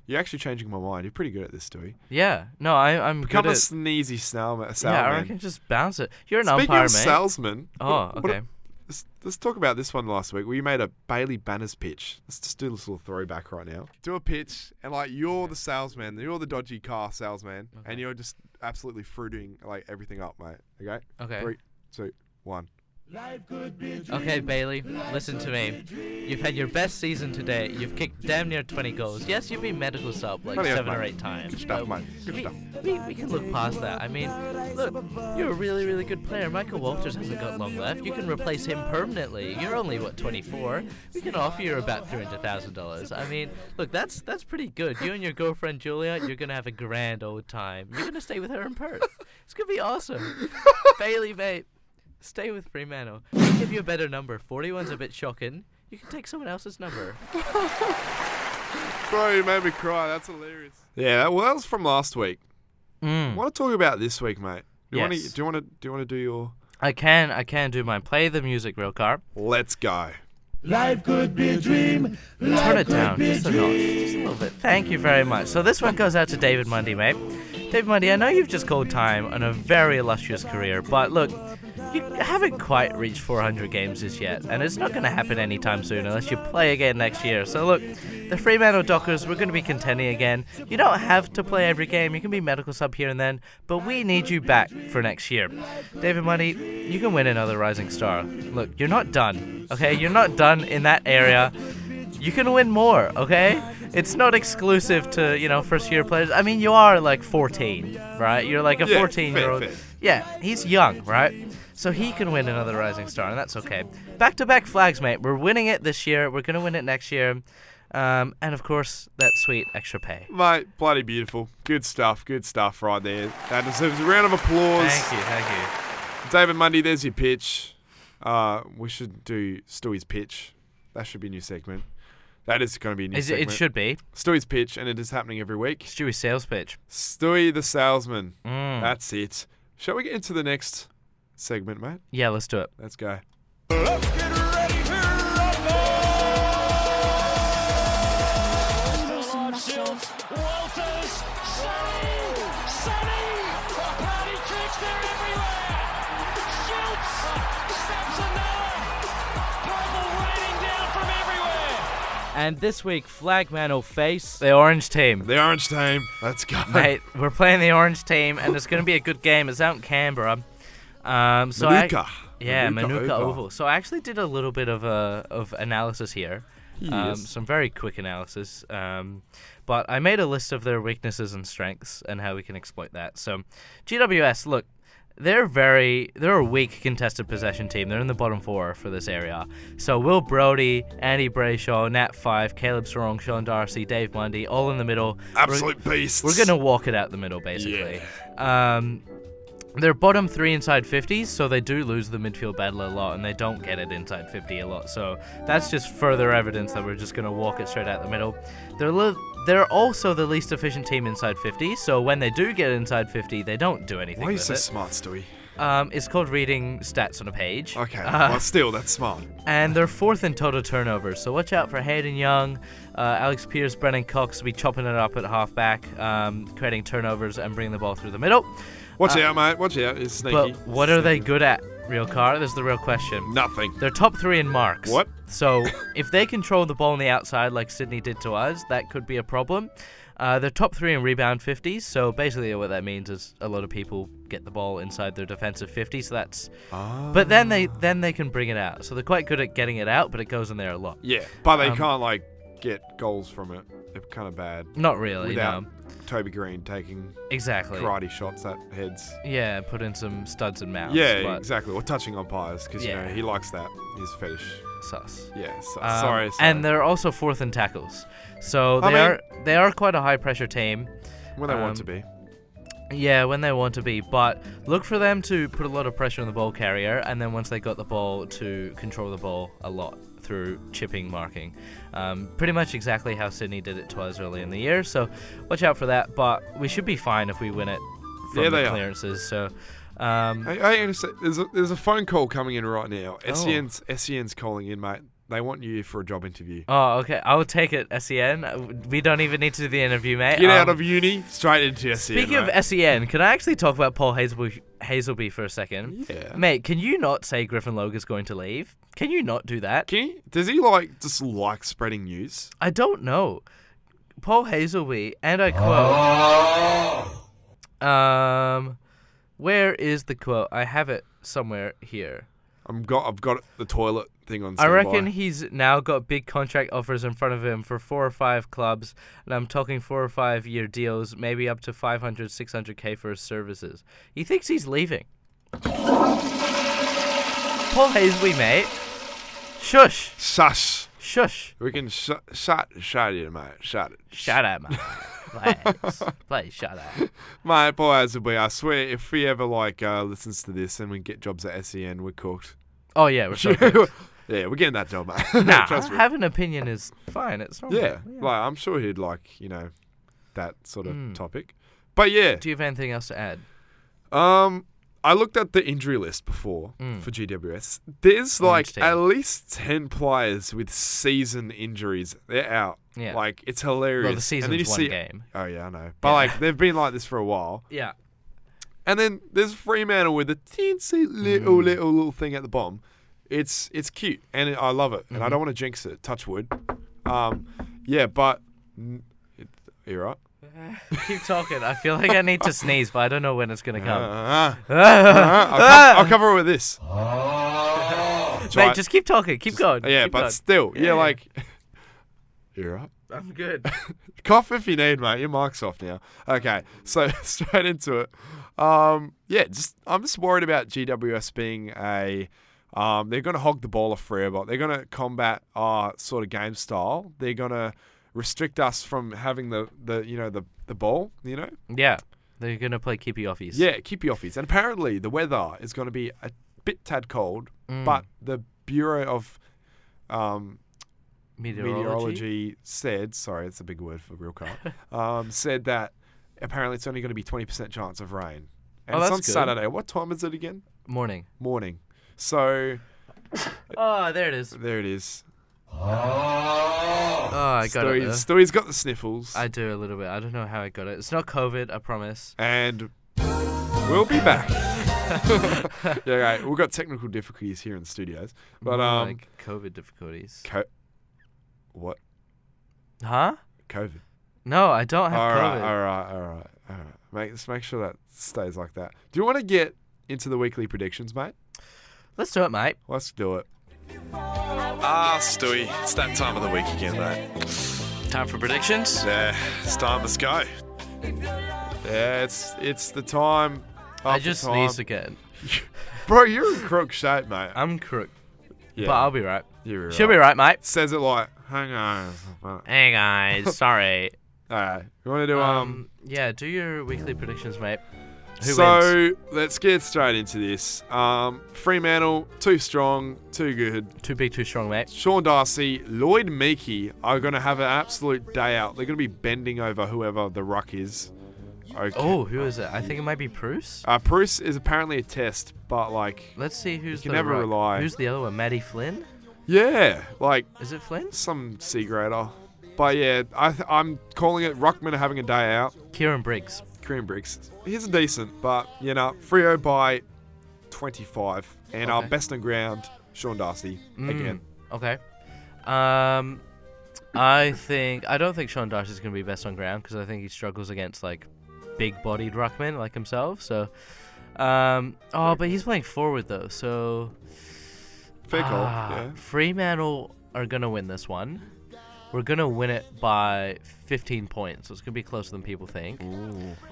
[SPEAKER 3] you're actually changing my mind. You're pretty good at this, Stewie.
[SPEAKER 4] Yeah. No, I, I'm
[SPEAKER 3] Become
[SPEAKER 4] good
[SPEAKER 3] a
[SPEAKER 4] at.
[SPEAKER 3] sneezy snail, a
[SPEAKER 4] Yeah, I
[SPEAKER 3] salesman.
[SPEAKER 4] reckon just bounce it. You're an
[SPEAKER 3] Speaking
[SPEAKER 4] umpire,
[SPEAKER 3] of
[SPEAKER 4] mate.
[SPEAKER 3] salesman,
[SPEAKER 4] oh,
[SPEAKER 3] what a-
[SPEAKER 4] okay.
[SPEAKER 3] let's, let's talk about this one last week. We made a Bailey Banners pitch. Let's just do this little throwback right now. Do a pitch, and like you're the salesman, you're the dodgy car salesman, and you're just absolutely fruiting like everything up, mate. Okay.
[SPEAKER 4] Okay.
[SPEAKER 3] Three, two, one.
[SPEAKER 4] Okay, Bailey, listen to me. You've had your best season today. You've kicked damn near 20 goals. Yes, you've been medical sub like
[SPEAKER 3] Bloody hell,
[SPEAKER 4] seven or
[SPEAKER 3] mate.
[SPEAKER 4] eight times.
[SPEAKER 3] Good stuff,
[SPEAKER 4] but
[SPEAKER 3] mate. Good
[SPEAKER 4] we,
[SPEAKER 3] stuff.
[SPEAKER 4] We, we can look past that. I mean, look, you're a really, really good player. Michael Walters hasn't got long left. You can replace him permanently. You're only, what, 24? We can offer you about $300,000. I mean, look, that's that's pretty good. You and your girlfriend, Julia, you're going to have a grand old time. You're going to stay with her in Perth. It's going to be awesome. Bailey, mate. Stay with Fremantle. We'll give you a better number. 41's a bit shocking. You can take someone else's number.
[SPEAKER 3] Bro, you made me cry. That's hilarious. Yeah, well, that was from last week. I want to talk about this week, mate. Do you want
[SPEAKER 4] Yes.
[SPEAKER 3] to? Do you want to? Do you want to do your?
[SPEAKER 4] I can I can do mine. Play the music real car.
[SPEAKER 3] Let's go.
[SPEAKER 4] Turn it down just a notch, just a little bit. Thank you very much. So this one goes out to David Mundy, mate. David Mundy, I know you've just called time on a very illustrious career, but look, you haven't quite reached 400 games as yet, and it's not going to happen anytime soon unless you play again next year. So look, the Fremantle Dockers, we're going to be contending again. You don't have to play every game. You can be medical sub here and then, but we need you back for next year. David Money, you can win another Rising Star. Look, you're not done, okay? You're not done in that area you can win more, okay? It's not exclusive to, you know, first year players. I mean, you are like 14, right? You're like a
[SPEAKER 3] Yeah,
[SPEAKER 4] 14 year old.
[SPEAKER 3] fair, fair.
[SPEAKER 4] Yeah, he's young, right? So he can win another Rising Star, and that's okay. Back to back flags, mate. We're winning it this year. We're going to win it next year. Um, and of course, that sweet extra pay.
[SPEAKER 3] Mate, bloody beautiful. Good stuff. Good stuff right there. That deserves a round of applause.
[SPEAKER 4] Thank you, thank you.
[SPEAKER 3] David Mundy, there's your pitch. Uh, we should do Stewie's pitch. That should be a new segment. That is going to be a new
[SPEAKER 4] Is it,
[SPEAKER 3] segment.
[SPEAKER 4] it should be
[SPEAKER 3] Stewie's pitch, and it is happening every week.
[SPEAKER 4] Stewie sales pitch.
[SPEAKER 3] Stewie the salesman.
[SPEAKER 4] Mm.
[SPEAKER 3] That's it. Shall we get into the next segment, mate?
[SPEAKER 4] Yeah, let's do it.
[SPEAKER 3] Let's go.
[SPEAKER 2] Walters, Sonny, Sonny, party tricks, they're everywhere. Schultz snaps another. Purple raining down from everywhere.
[SPEAKER 8] And this week, Flagman will face
[SPEAKER 4] The orange team.
[SPEAKER 3] The Orange Team. Let's go.
[SPEAKER 4] Mate, we're playing the orange team, and it's going to be a good game. It's out in Canberra. Um, so I-
[SPEAKER 3] Manuka.
[SPEAKER 4] yeah,
[SPEAKER 3] Manuka
[SPEAKER 4] Manuka,
[SPEAKER 3] Oval.
[SPEAKER 4] Oval. So I actually did a little bit of uh, of analysis here. Um, some very quick analysis. Um, but I made a list of their weaknesses and strengths and how we can exploit that. So, GWS, look, they're very they're a weak contested possession team. They're in the bottom four for this area. So Will Brody, Andy Brayshaw, Nat Five, Caleb Sarong, Sean Darcy, Dave Mundy, all in the middle. We're-
[SPEAKER 3] Absolute beasts.
[SPEAKER 4] we're gonna walk it out the middle, basically. Um, they're bottom three inside 50s, so they do lose the midfield battle a lot, and they don't get it inside 50 a lot. So that's just further evidence that we're just gonna walk it straight out the middle. They're li- they're also the least efficient team inside 50, so when they do get inside 50, they don't do anything
[SPEAKER 3] Why are you
[SPEAKER 4] with
[SPEAKER 3] so
[SPEAKER 4] it.
[SPEAKER 3] smart, Stewie?
[SPEAKER 4] um, it's called reading stats on a page.
[SPEAKER 3] Okay,
[SPEAKER 4] Uh,
[SPEAKER 3] well, still, that's smart.
[SPEAKER 4] and they're fourth in total turnovers. So watch out for Hayden Young, uh, Alex Pierce, Brennan Cox will be chopping it up at halfback, um, creating turnovers and bringing the ball through the middle.
[SPEAKER 3] Watch out, mate. Watch out. It's sneaky.
[SPEAKER 4] uh, But what are they good at, real car? That's the real question.
[SPEAKER 3] Nothing.
[SPEAKER 4] They're top three in marks.
[SPEAKER 3] What?
[SPEAKER 4] So if they control the ball on the outside like Sydney did to us, that could be a problem. Uh, they're top three in rebound 50s. So basically, what that means is a lot of people get the ball inside their defensive 50. So that's.
[SPEAKER 3] Ah.
[SPEAKER 4] But then they then they can bring it out. So they're quite good at getting it out, but it goes in there a lot.
[SPEAKER 3] Yeah, but they
[SPEAKER 4] Um,
[SPEAKER 3] can't like get goals from it. They're kind of bad.
[SPEAKER 4] Not really.
[SPEAKER 3] Without
[SPEAKER 4] No.
[SPEAKER 3] Toby Green taking
[SPEAKER 4] Exactly.
[SPEAKER 3] karate shots at heads.
[SPEAKER 4] Yeah, put in some studs and mouths.
[SPEAKER 3] Yeah,
[SPEAKER 4] but
[SPEAKER 3] exactly. Or touching umpires because you
[SPEAKER 4] Yeah.
[SPEAKER 3] know he likes that. His fetish.
[SPEAKER 4] Sus.
[SPEAKER 3] Yeah. So,
[SPEAKER 4] Um,
[SPEAKER 3] sorry,
[SPEAKER 4] And
[SPEAKER 3] sorry.
[SPEAKER 4] they're also fourth in tackles. So they
[SPEAKER 3] I mean-
[SPEAKER 4] are they are quite a high pressure team.
[SPEAKER 3] when they
[SPEAKER 4] um,
[SPEAKER 3] want to be.
[SPEAKER 4] Yeah, when they want to be, but look for them to put a lot of pressure on the ball carrier, and then once they got the ball, to control the ball a lot through chipping marking. Um, pretty much exactly how Sydney did it to us early in the year, so watch out for that. But we should be fine if we win it from
[SPEAKER 3] Yeah,
[SPEAKER 4] the
[SPEAKER 3] they are.
[SPEAKER 4] clearances. So, um,
[SPEAKER 3] Hey, hey, Anderson, there's a, there's a phone call coming in right
[SPEAKER 4] Oh.
[SPEAKER 3] now. E SEN's SEN's calling in, mate. They want you for a job interview.
[SPEAKER 4] oh, okay, I will take it. Sen, Uh, we don't even need to do the interview, mate.
[SPEAKER 3] Get out
[SPEAKER 4] Um,
[SPEAKER 3] of uni, straight into SEN.
[SPEAKER 4] Speaking
[SPEAKER 3] mate.
[SPEAKER 4] of E SEN, can I actually talk about Paul Hazelby, Hazelby for a second?
[SPEAKER 3] Yeah.
[SPEAKER 4] Mate, can you not say Griffin Logue is going to leave? Can you not do that?
[SPEAKER 3] Can he, does he like just like spreading news?
[SPEAKER 4] I don't know. Paul Hazelby, and I quote. Um, where is the quote? I have it somewhere here.
[SPEAKER 3] I'm got I've got the toilet thing on.
[SPEAKER 4] I
[SPEAKER 3] standby.
[SPEAKER 4] reckon he's now got big contract offers in front of him for four or five clubs, and I'm talking four or five year deals, maybe up to 500, 600k for his services. He thinks he's leaving. Paul Hazelby, mate. Shush.
[SPEAKER 3] Shush.
[SPEAKER 4] Shush.
[SPEAKER 3] We can sh- shut shut it, mate. Shut it.
[SPEAKER 4] Shut up, man. Please. Please shut up.
[SPEAKER 3] Mate, boy, as we, I swear, if he ever like uh, listens to this and we get jobs at SEN, we're cooked.
[SPEAKER 4] Oh, yeah, we're so good.
[SPEAKER 3] yeah, we're getting that job, mate.
[SPEAKER 4] Nah,
[SPEAKER 3] Trust me.
[SPEAKER 4] have an opinion is fine. It's not
[SPEAKER 3] yeah, like I'm sure he'd like you know that sort of
[SPEAKER 4] Hmm.
[SPEAKER 3] topic. But yeah,
[SPEAKER 4] Do you have anything else to add?
[SPEAKER 3] um, I looked at the injury list before
[SPEAKER 4] Hmm.
[SPEAKER 3] for GWS. There's like
[SPEAKER 4] team.
[SPEAKER 3] at least ten players with season injuries. They're out.
[SPEAKER 4] Yeah.
[SPEAKER 3] like it's hilarious.
[SPEAKER 4] Well, the
[SPEAKER 3] and then you
[SPEAKER 4] season's one
[SPEAKER 3] see,
[SPEAKER 4] game.
[SPEAKER 3] Oh yeah, I know. But like they've been like this for a while.
[SPEAKER 4] Yeah.
[SPEAKER 3] And then there's Fremantle with a teensy little
[SPEAKER 4] Hmm.
[SPEAKER 3] little little thing at the bottom. It's it's cute and I love it and I
[SPEAKER 4] Mm-hmm.
[SPEAKER 3] don't want to jinx it. Touch wood. Um, yeah, but n- it, are you right?
[SPEAKER 4] Keep talking. I feel like I need to sneeze, but I don't know when it's gonna come.
[SPEAKER 3] Uh, I'll, co- I'll cover it with this. Try
[SPEAKER 4] Mate,
[SPEAKER 3] it.
[SPEAKER 4] just keep talking. Keep going.
[SPEAKER 3] Uh, yeah,
[SPEAKER 4] keep
[SPEAKER 3] but
[SPEAKER 4] going.
[SPEAKER 3] still, yeah,
[SPEAKER 4] Yeah.
[SPEAKER 3] like you're right.
[SPEAKER 4] I'm good.
[SPEAKER 3] Cough if you need, mate. Your mic's off now. Okay, so straight into it. Um, yeah, just I'm just worried about GWS being a. Um, they're going to hog the ball off Freebot. They're going to combat our sort of game style. They're going to restrict us from having the, the you know the the ball. You know,
[SPEAKER 4] Yeah, they're gonna play keepy offies.
[SPEAKER 3] yeah, keep your offies. And apparently the weather is going to be a bit tad cold,
[SPEAKER 4] Mm.
[SPEAKER 3] but the Bureau of um,
[SPEAKER 4] meteorology.
[SPEAKER 3] meteorology said, sorry, it's a big word for real car, um, said that apparently it's only going to be 20% chance of rain. And
[SPEAKER 4] Oh,
[SPEAKER 3] it's
[SPEAKER 4] that's
[SPEAKER 3] on
[SPEAKER 4] good.
[SPEAKER 3] Saturday. What time is it again?
[SPEAKER 4] morning.
[SPEAKER 3] Morning. So
[SPEAKER 4] Oh, there it is.
[SPEAKER 3] there it is.
[SPEAKER 4] Oh, I got it.
[SPEAKER 3] Stewie's,
[SPEAKER 4] though.
[SPEAKER 3] Stewie's got the sniffles.
[SPEAKER 4] I do a little bit. I don't know how I got it. It's not COVID. I promise.
[SPEAKER 3] and we'll be back. yeah, right. We've got technical difficulties here in the studios. But,
[SPEAKER 4] More
[SPEAKER 3] um,
[SPEAKER 4] like COVID difficulties.
[SPEAKER 3] co- what?
[SPEAKER 4] Huh?
[SPEAKER 3] COVID.
[SPEAKER 4] No, I don't have
[SPEAKER 3] All
[SPEAKER 4] COVID.
[SPEAKER 3] right, all right, all right, all right. Make, let's make sure that stays like that. Do you want to get into the weekly predictions, mate?
[SPEAKER 4] Let's do it, mate.
[SPEAKER 3] Let's do it. Ah, Stewie, it's that time of the week again, mate.
[SPEAKER 4] Time for predictions.
[SPEAKER 3] Yeah, it's time. Let's go. Yeah, it's it's the time.
[SPEAKER 4] I
[SPEAKER 3] after
[SPEAKER 4] just
[SPEAKER 3] time.
[SPEAKER 4] sneezed again.
[SPEAKER 3] Bro, you're in crook shape, mate.
[SPEAKER 4] I'm crook,
[SPEAKER 3] yeah,
[SPEAKER 4] Uh, but I'll be right.
[SPEAKER 3] you're
[SPEAKER 4] She'll be right, mate.
[SPEAKER 3] Says it like, hang on. All
[SPEAKER 4] Hey guys, sorry.
[SPEAKER 3] right, you want to do um
[SPEAKER 4] Um, yeah, do your weekly predictions, mate. Who
[SPEAKER 3] so
[SPEAKER 4] wins?
[SPEAKER 3] let's get straight into this. Um, Fremantle, too strong, too good.
[SPEAKER 4] Too big, too strong, mate.
[SPEAKER 3] Sean Darcy, Lloyd Meekie are going to have an absolute day out. They're going to be bending over whoever the ruck is. Okay.
[SPEAKER 4] Oh, who is it? I think it might be Bruce.
[SPEAKER 3] Uh, Bruce is apparently a test, but like,
[SPEAKER 4] Let's see who's
[SPEAKER 3] can
[SPEAKER 4] the
[SPEAKER 3] never
[SPEAKER 4] rock.
[SPEAKER 3] rely.
[SPEAKER 4] Who's the other one? Maddie Flynn?
[SPEAKER 3] yeah, like
[SPEAKER 4] Is it Flynn?
[SPEAKER 3] some sea grader. But yeah, I th- I'm calling it Ruckman are having a day out.
[SPEAKER 4] Kieran Briggs.
[SPEAKER 3] Korean Bricks. He's a decent, but you know, Frio by 25, and our
[SPEAKER 4] Okay. Mm.
[SPEAKER 3] best on ground, Sean Darcy again.
[SPEAKER 4] Okay. Um, I think I don't think Sean Darcy's going to be best on ground because I think he struggles against like big-bodied ruckmen like himself. So, um, oh, but he's playing forward though. So
[SPEAKER 3] Fair call.
[SPEAKER 4] Ah,
[SPEAKER 3] Oh, yeah.
[SPEAKER 4] Fremantle are gonna win this one. We're gonna win it by 15 points. So it's gonna be closer than people think.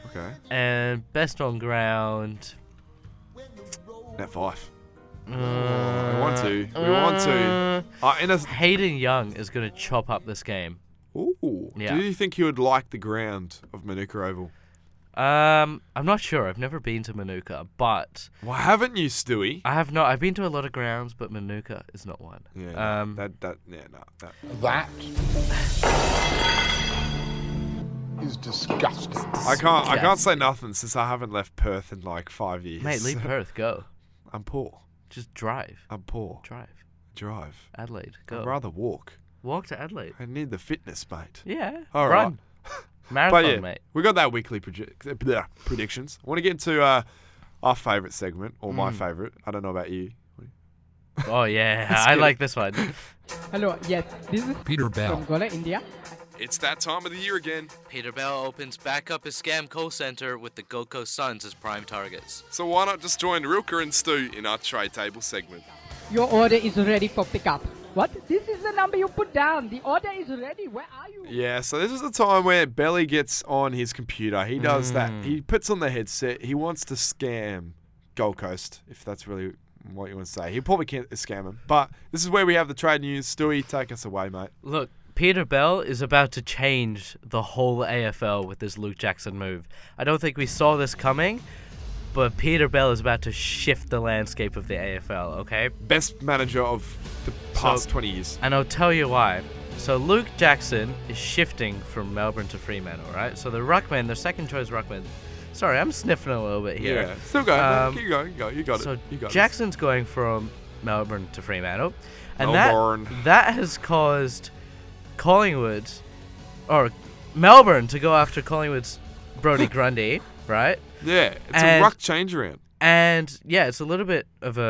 [SPEAKER 3] Okay.
[SPEAKER 4] And best on ground.
[SPEAKER 3] Net five.
[SPEAKER 4] Uh,
[SPEAKER 3] We want to. We want to. Uh, in a,
[SPEAKER 4] Hayden Young is gonna chop up this game.
[SPEAKER 3] ooh,
[SPEAKER 4] Yeah.
[SPEAKER 3] Do you think you would like the ground of Manuka Oval?
[SPEAKER 4] Um, I'm not sure. I've never been to Manuka, but
[SPEAKER 3] Why haven't you, Stewie?
[SPEAKER 4] I have not. I've been to a lot of grounds, but Manuka is not one.
[SPEAKER 3] Yeah. nah,
[SPEAKER 4] Um,
[SPEAKER 3] that that yeah no that.
[SPEAKER 1] That is disgusting.
[SPEAKER 3] I can't I can't
[SPEAKER 4] disgusting.
[SPEAKER 3] say nothing since I haven't left Perth in like five years.
[SPEAKER 4] Mate, leave Perth. Go.
[SPEAKER 3] I'm poor.
[SPEAKER 4] Just drive.
[SPEAKER 3] I'm poor.
[SPEAKER 4] Drive.
[SPEAKER 3] Drive.
[SPEAKER 4] Adelaide.
[SPEAKER 3] I'd
[SPEAKER 4] Go.
[SPEAKER 3] rather walk.
[SPEAKER 4] Walk to Adelaide.
[SPEAKER 3] I need the fitness, mate.
[SPEAKER 4] Yeah.
[SPEAKER 3] All right.
[SPEAKER 4] run.
[SPEAKER 3] but
[SPEAKER 4] Marathon,
[SPEAKER 3] yeah,
[SPEAKER 4] mate.
[SPEAKER 3] we got that weekly proje- uh, bleh, predictions. I want to get into uh, our favourite segment or
[SPEAKER 4] Hmm.
[SPEAKER 3] my favourite. I don't know about you.
[SPEAKER 4] Oh yeah, I
[SPEAKER 3] good.
[SPEAKER 4] like this one.
[SPEAKER 9] Hello, yes, this is Peter Bell from Gola, India.
[SPEAKER 3] It's that time of the year again.
[SPEAKER 4] Peter Bell opens back up his scam call center with the Gold Coast Suns as prime targets.
[SPEAKER 3] So why not just join Rilke and Stu in our tray table segment?
[SPEAKER 9] Your order is ready for pickup. What? This is the number you put down. The order is ready. Where are you?
[SPEAKER 3] Yeah, so this is the time where Belly gets on his computer. He
[SPEAKER 4] Hmm.
[SPEAKER 3] does that. He puts on the headset. He wants to scam Gold Coast, if that's really what you want to say. He probably can't scam him. But this is where we have the trade news. Stewie, take us away, mate.
[SPEAKER 4] Look, Peter Bell is about to change the whole AFL with this Luke Jackson move. I don't think we saw this coming, but Peter Bell is about to shift the landscape of the AFL, okay?
[SPEAKER 3] Best manager of the past
[SPEAKER 4] So-
[SPEAKER 3] 20 years.
[SPEAKER 4] And I'll tell you why. So Luke Jackson is shifting from Melbourne to Fremantle, right? So the Ruckman, their second choice Ruckman. Sorry, I'm sniffing a little bit
[SPEAKER 3] Yeah.
[SPEAKER 4] here.
[SPEAKER 3] Still going. man.
[SPEAKER 4] Um,
[SPEAKER 3] Keep going. Go. You got
[SPEAKER 4] So
[SPEAKER 3] it. You got it.
[SPEAKER 4] Jackson's going from Melbourne to Fremantle, and
[SPEAKER 3] Melbourne.
[SPEAKER 4] that that has caused Collingwood or Melbourne to go after Collingwood's Brody Grundy, right?
[SPEAKER 3] Yeah. It's a
[SPEAKER 4] And-
[SPEAKER 3] ruck change around.
[SPEAKER 4] And yeah, it's a little bit of a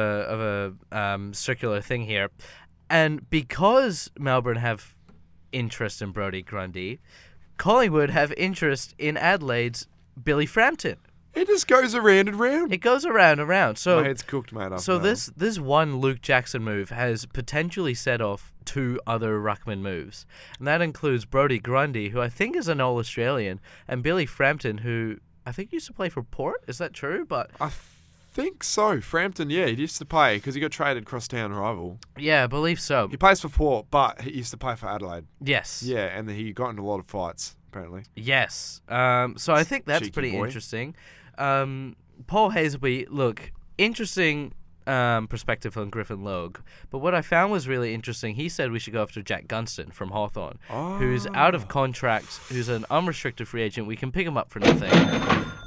[SPEAKER 4] of a um, circular thing here, and because Melbourne have interest in Brody Grundy, Collingwood have interest in Adelaide's Billy Frampton.
[SPEAKER 3] It just goes around and round.
[SPEAKER 4] It goes around and around. So
[SPEAKER 3] My head's cooked, mate. after
[SPEAKER 4] So
[SPEAKER 3] that one.
[SPEAKER 4] this this one Luke Jackson move has potentially set off two other ruckman moves, and that includes Brody Grundy, who I think is an All Australian, and Billy Frampton, who I think used to play for Port. Is that true? But
[SPEAKER 3] I think so. Frampton, yeah, he used to play because he got traded cross town rival.
[SPEAKER 4] yeah, I believe so.
[SPEAKER 3] He plays for Port, but he used to play for Adelaide.
[SPEAKER 4] Yes.
[SPEAKER 3] Yeah, and he got into a lot of fights apparently.
[SPEAKER 4] Yes. Um, so I think that's
[SPEAKER 3] Cheeky
[SPEAKER 4] pretty
[SPEAKER 3] boy.
[SPEAKER 4] interesting. Um, Paul Hazelby, look, interesting um, perspective on Griffin Logue. But what I found was really interesting. He said we should go after Jack Gunston from Hawthorn, who's out
[SPEAKER 3] Oh.
[SPEAKER 4] of contract, who's an unrestricted free agent. We can pick him up for nothing.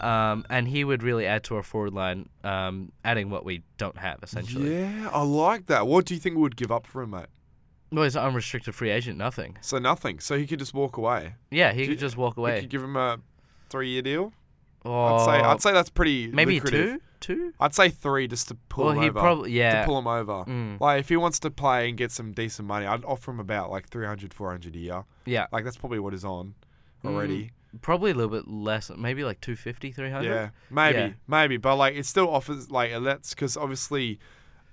[SPEAKER 4] Um, and he would really add to our forward line, um, adding what we don't have, essentially.
[SPEAKER 3] Yeah, I like that. What do you think we would give up for him, mate?
[SPEAKER 4] Well, he's an unrestricted free agent, nothing.
[SPEAKER 3] So nothing. So he could just walk away.
[SPEAKER 4] Yeah, he
[SPEAKER 3] Do you-
[SPEAKER 4] could just walk
[SPEAKER 3] We
[SPEAKER 4] away.
[SPEAKER 3] could give him a three-year deal.
[SPEAKER 4] or
[SPEAKER 3] I'd say I'd say that's pretty
[SPEAKER 4] maybe
[SPEAKER 3] lucrative.
[SPEAKER 4] two? Two?
[SPEAKER 3] I'd say three just to pull
[SPEAKER 4] Well,
[SPEAKER 3] him
[SPEAKER 4] he
[SPEAKER 3] over.
[SPEAKER 4] probably- yeah.
[SPEAKER 3] To pull him over.
[SPEAKER 4] Mm.
[SPEAKER 3] Like if he wants to play and get some decent money, I'd offer him about like 300, 400 a year.
[SPEAKER 4] Yeah.
[SPEAKER 3] Like that's probably what he's on already.
[SPEAKER 4] probably a little bit less, maybe like 250, 300.
[SPEAKER 3] Yeah, maybe,
[SPEAKER 4] Mm. Yeah.
[SPEAKER 3] maybe, but like it still offers like it lets because obviously,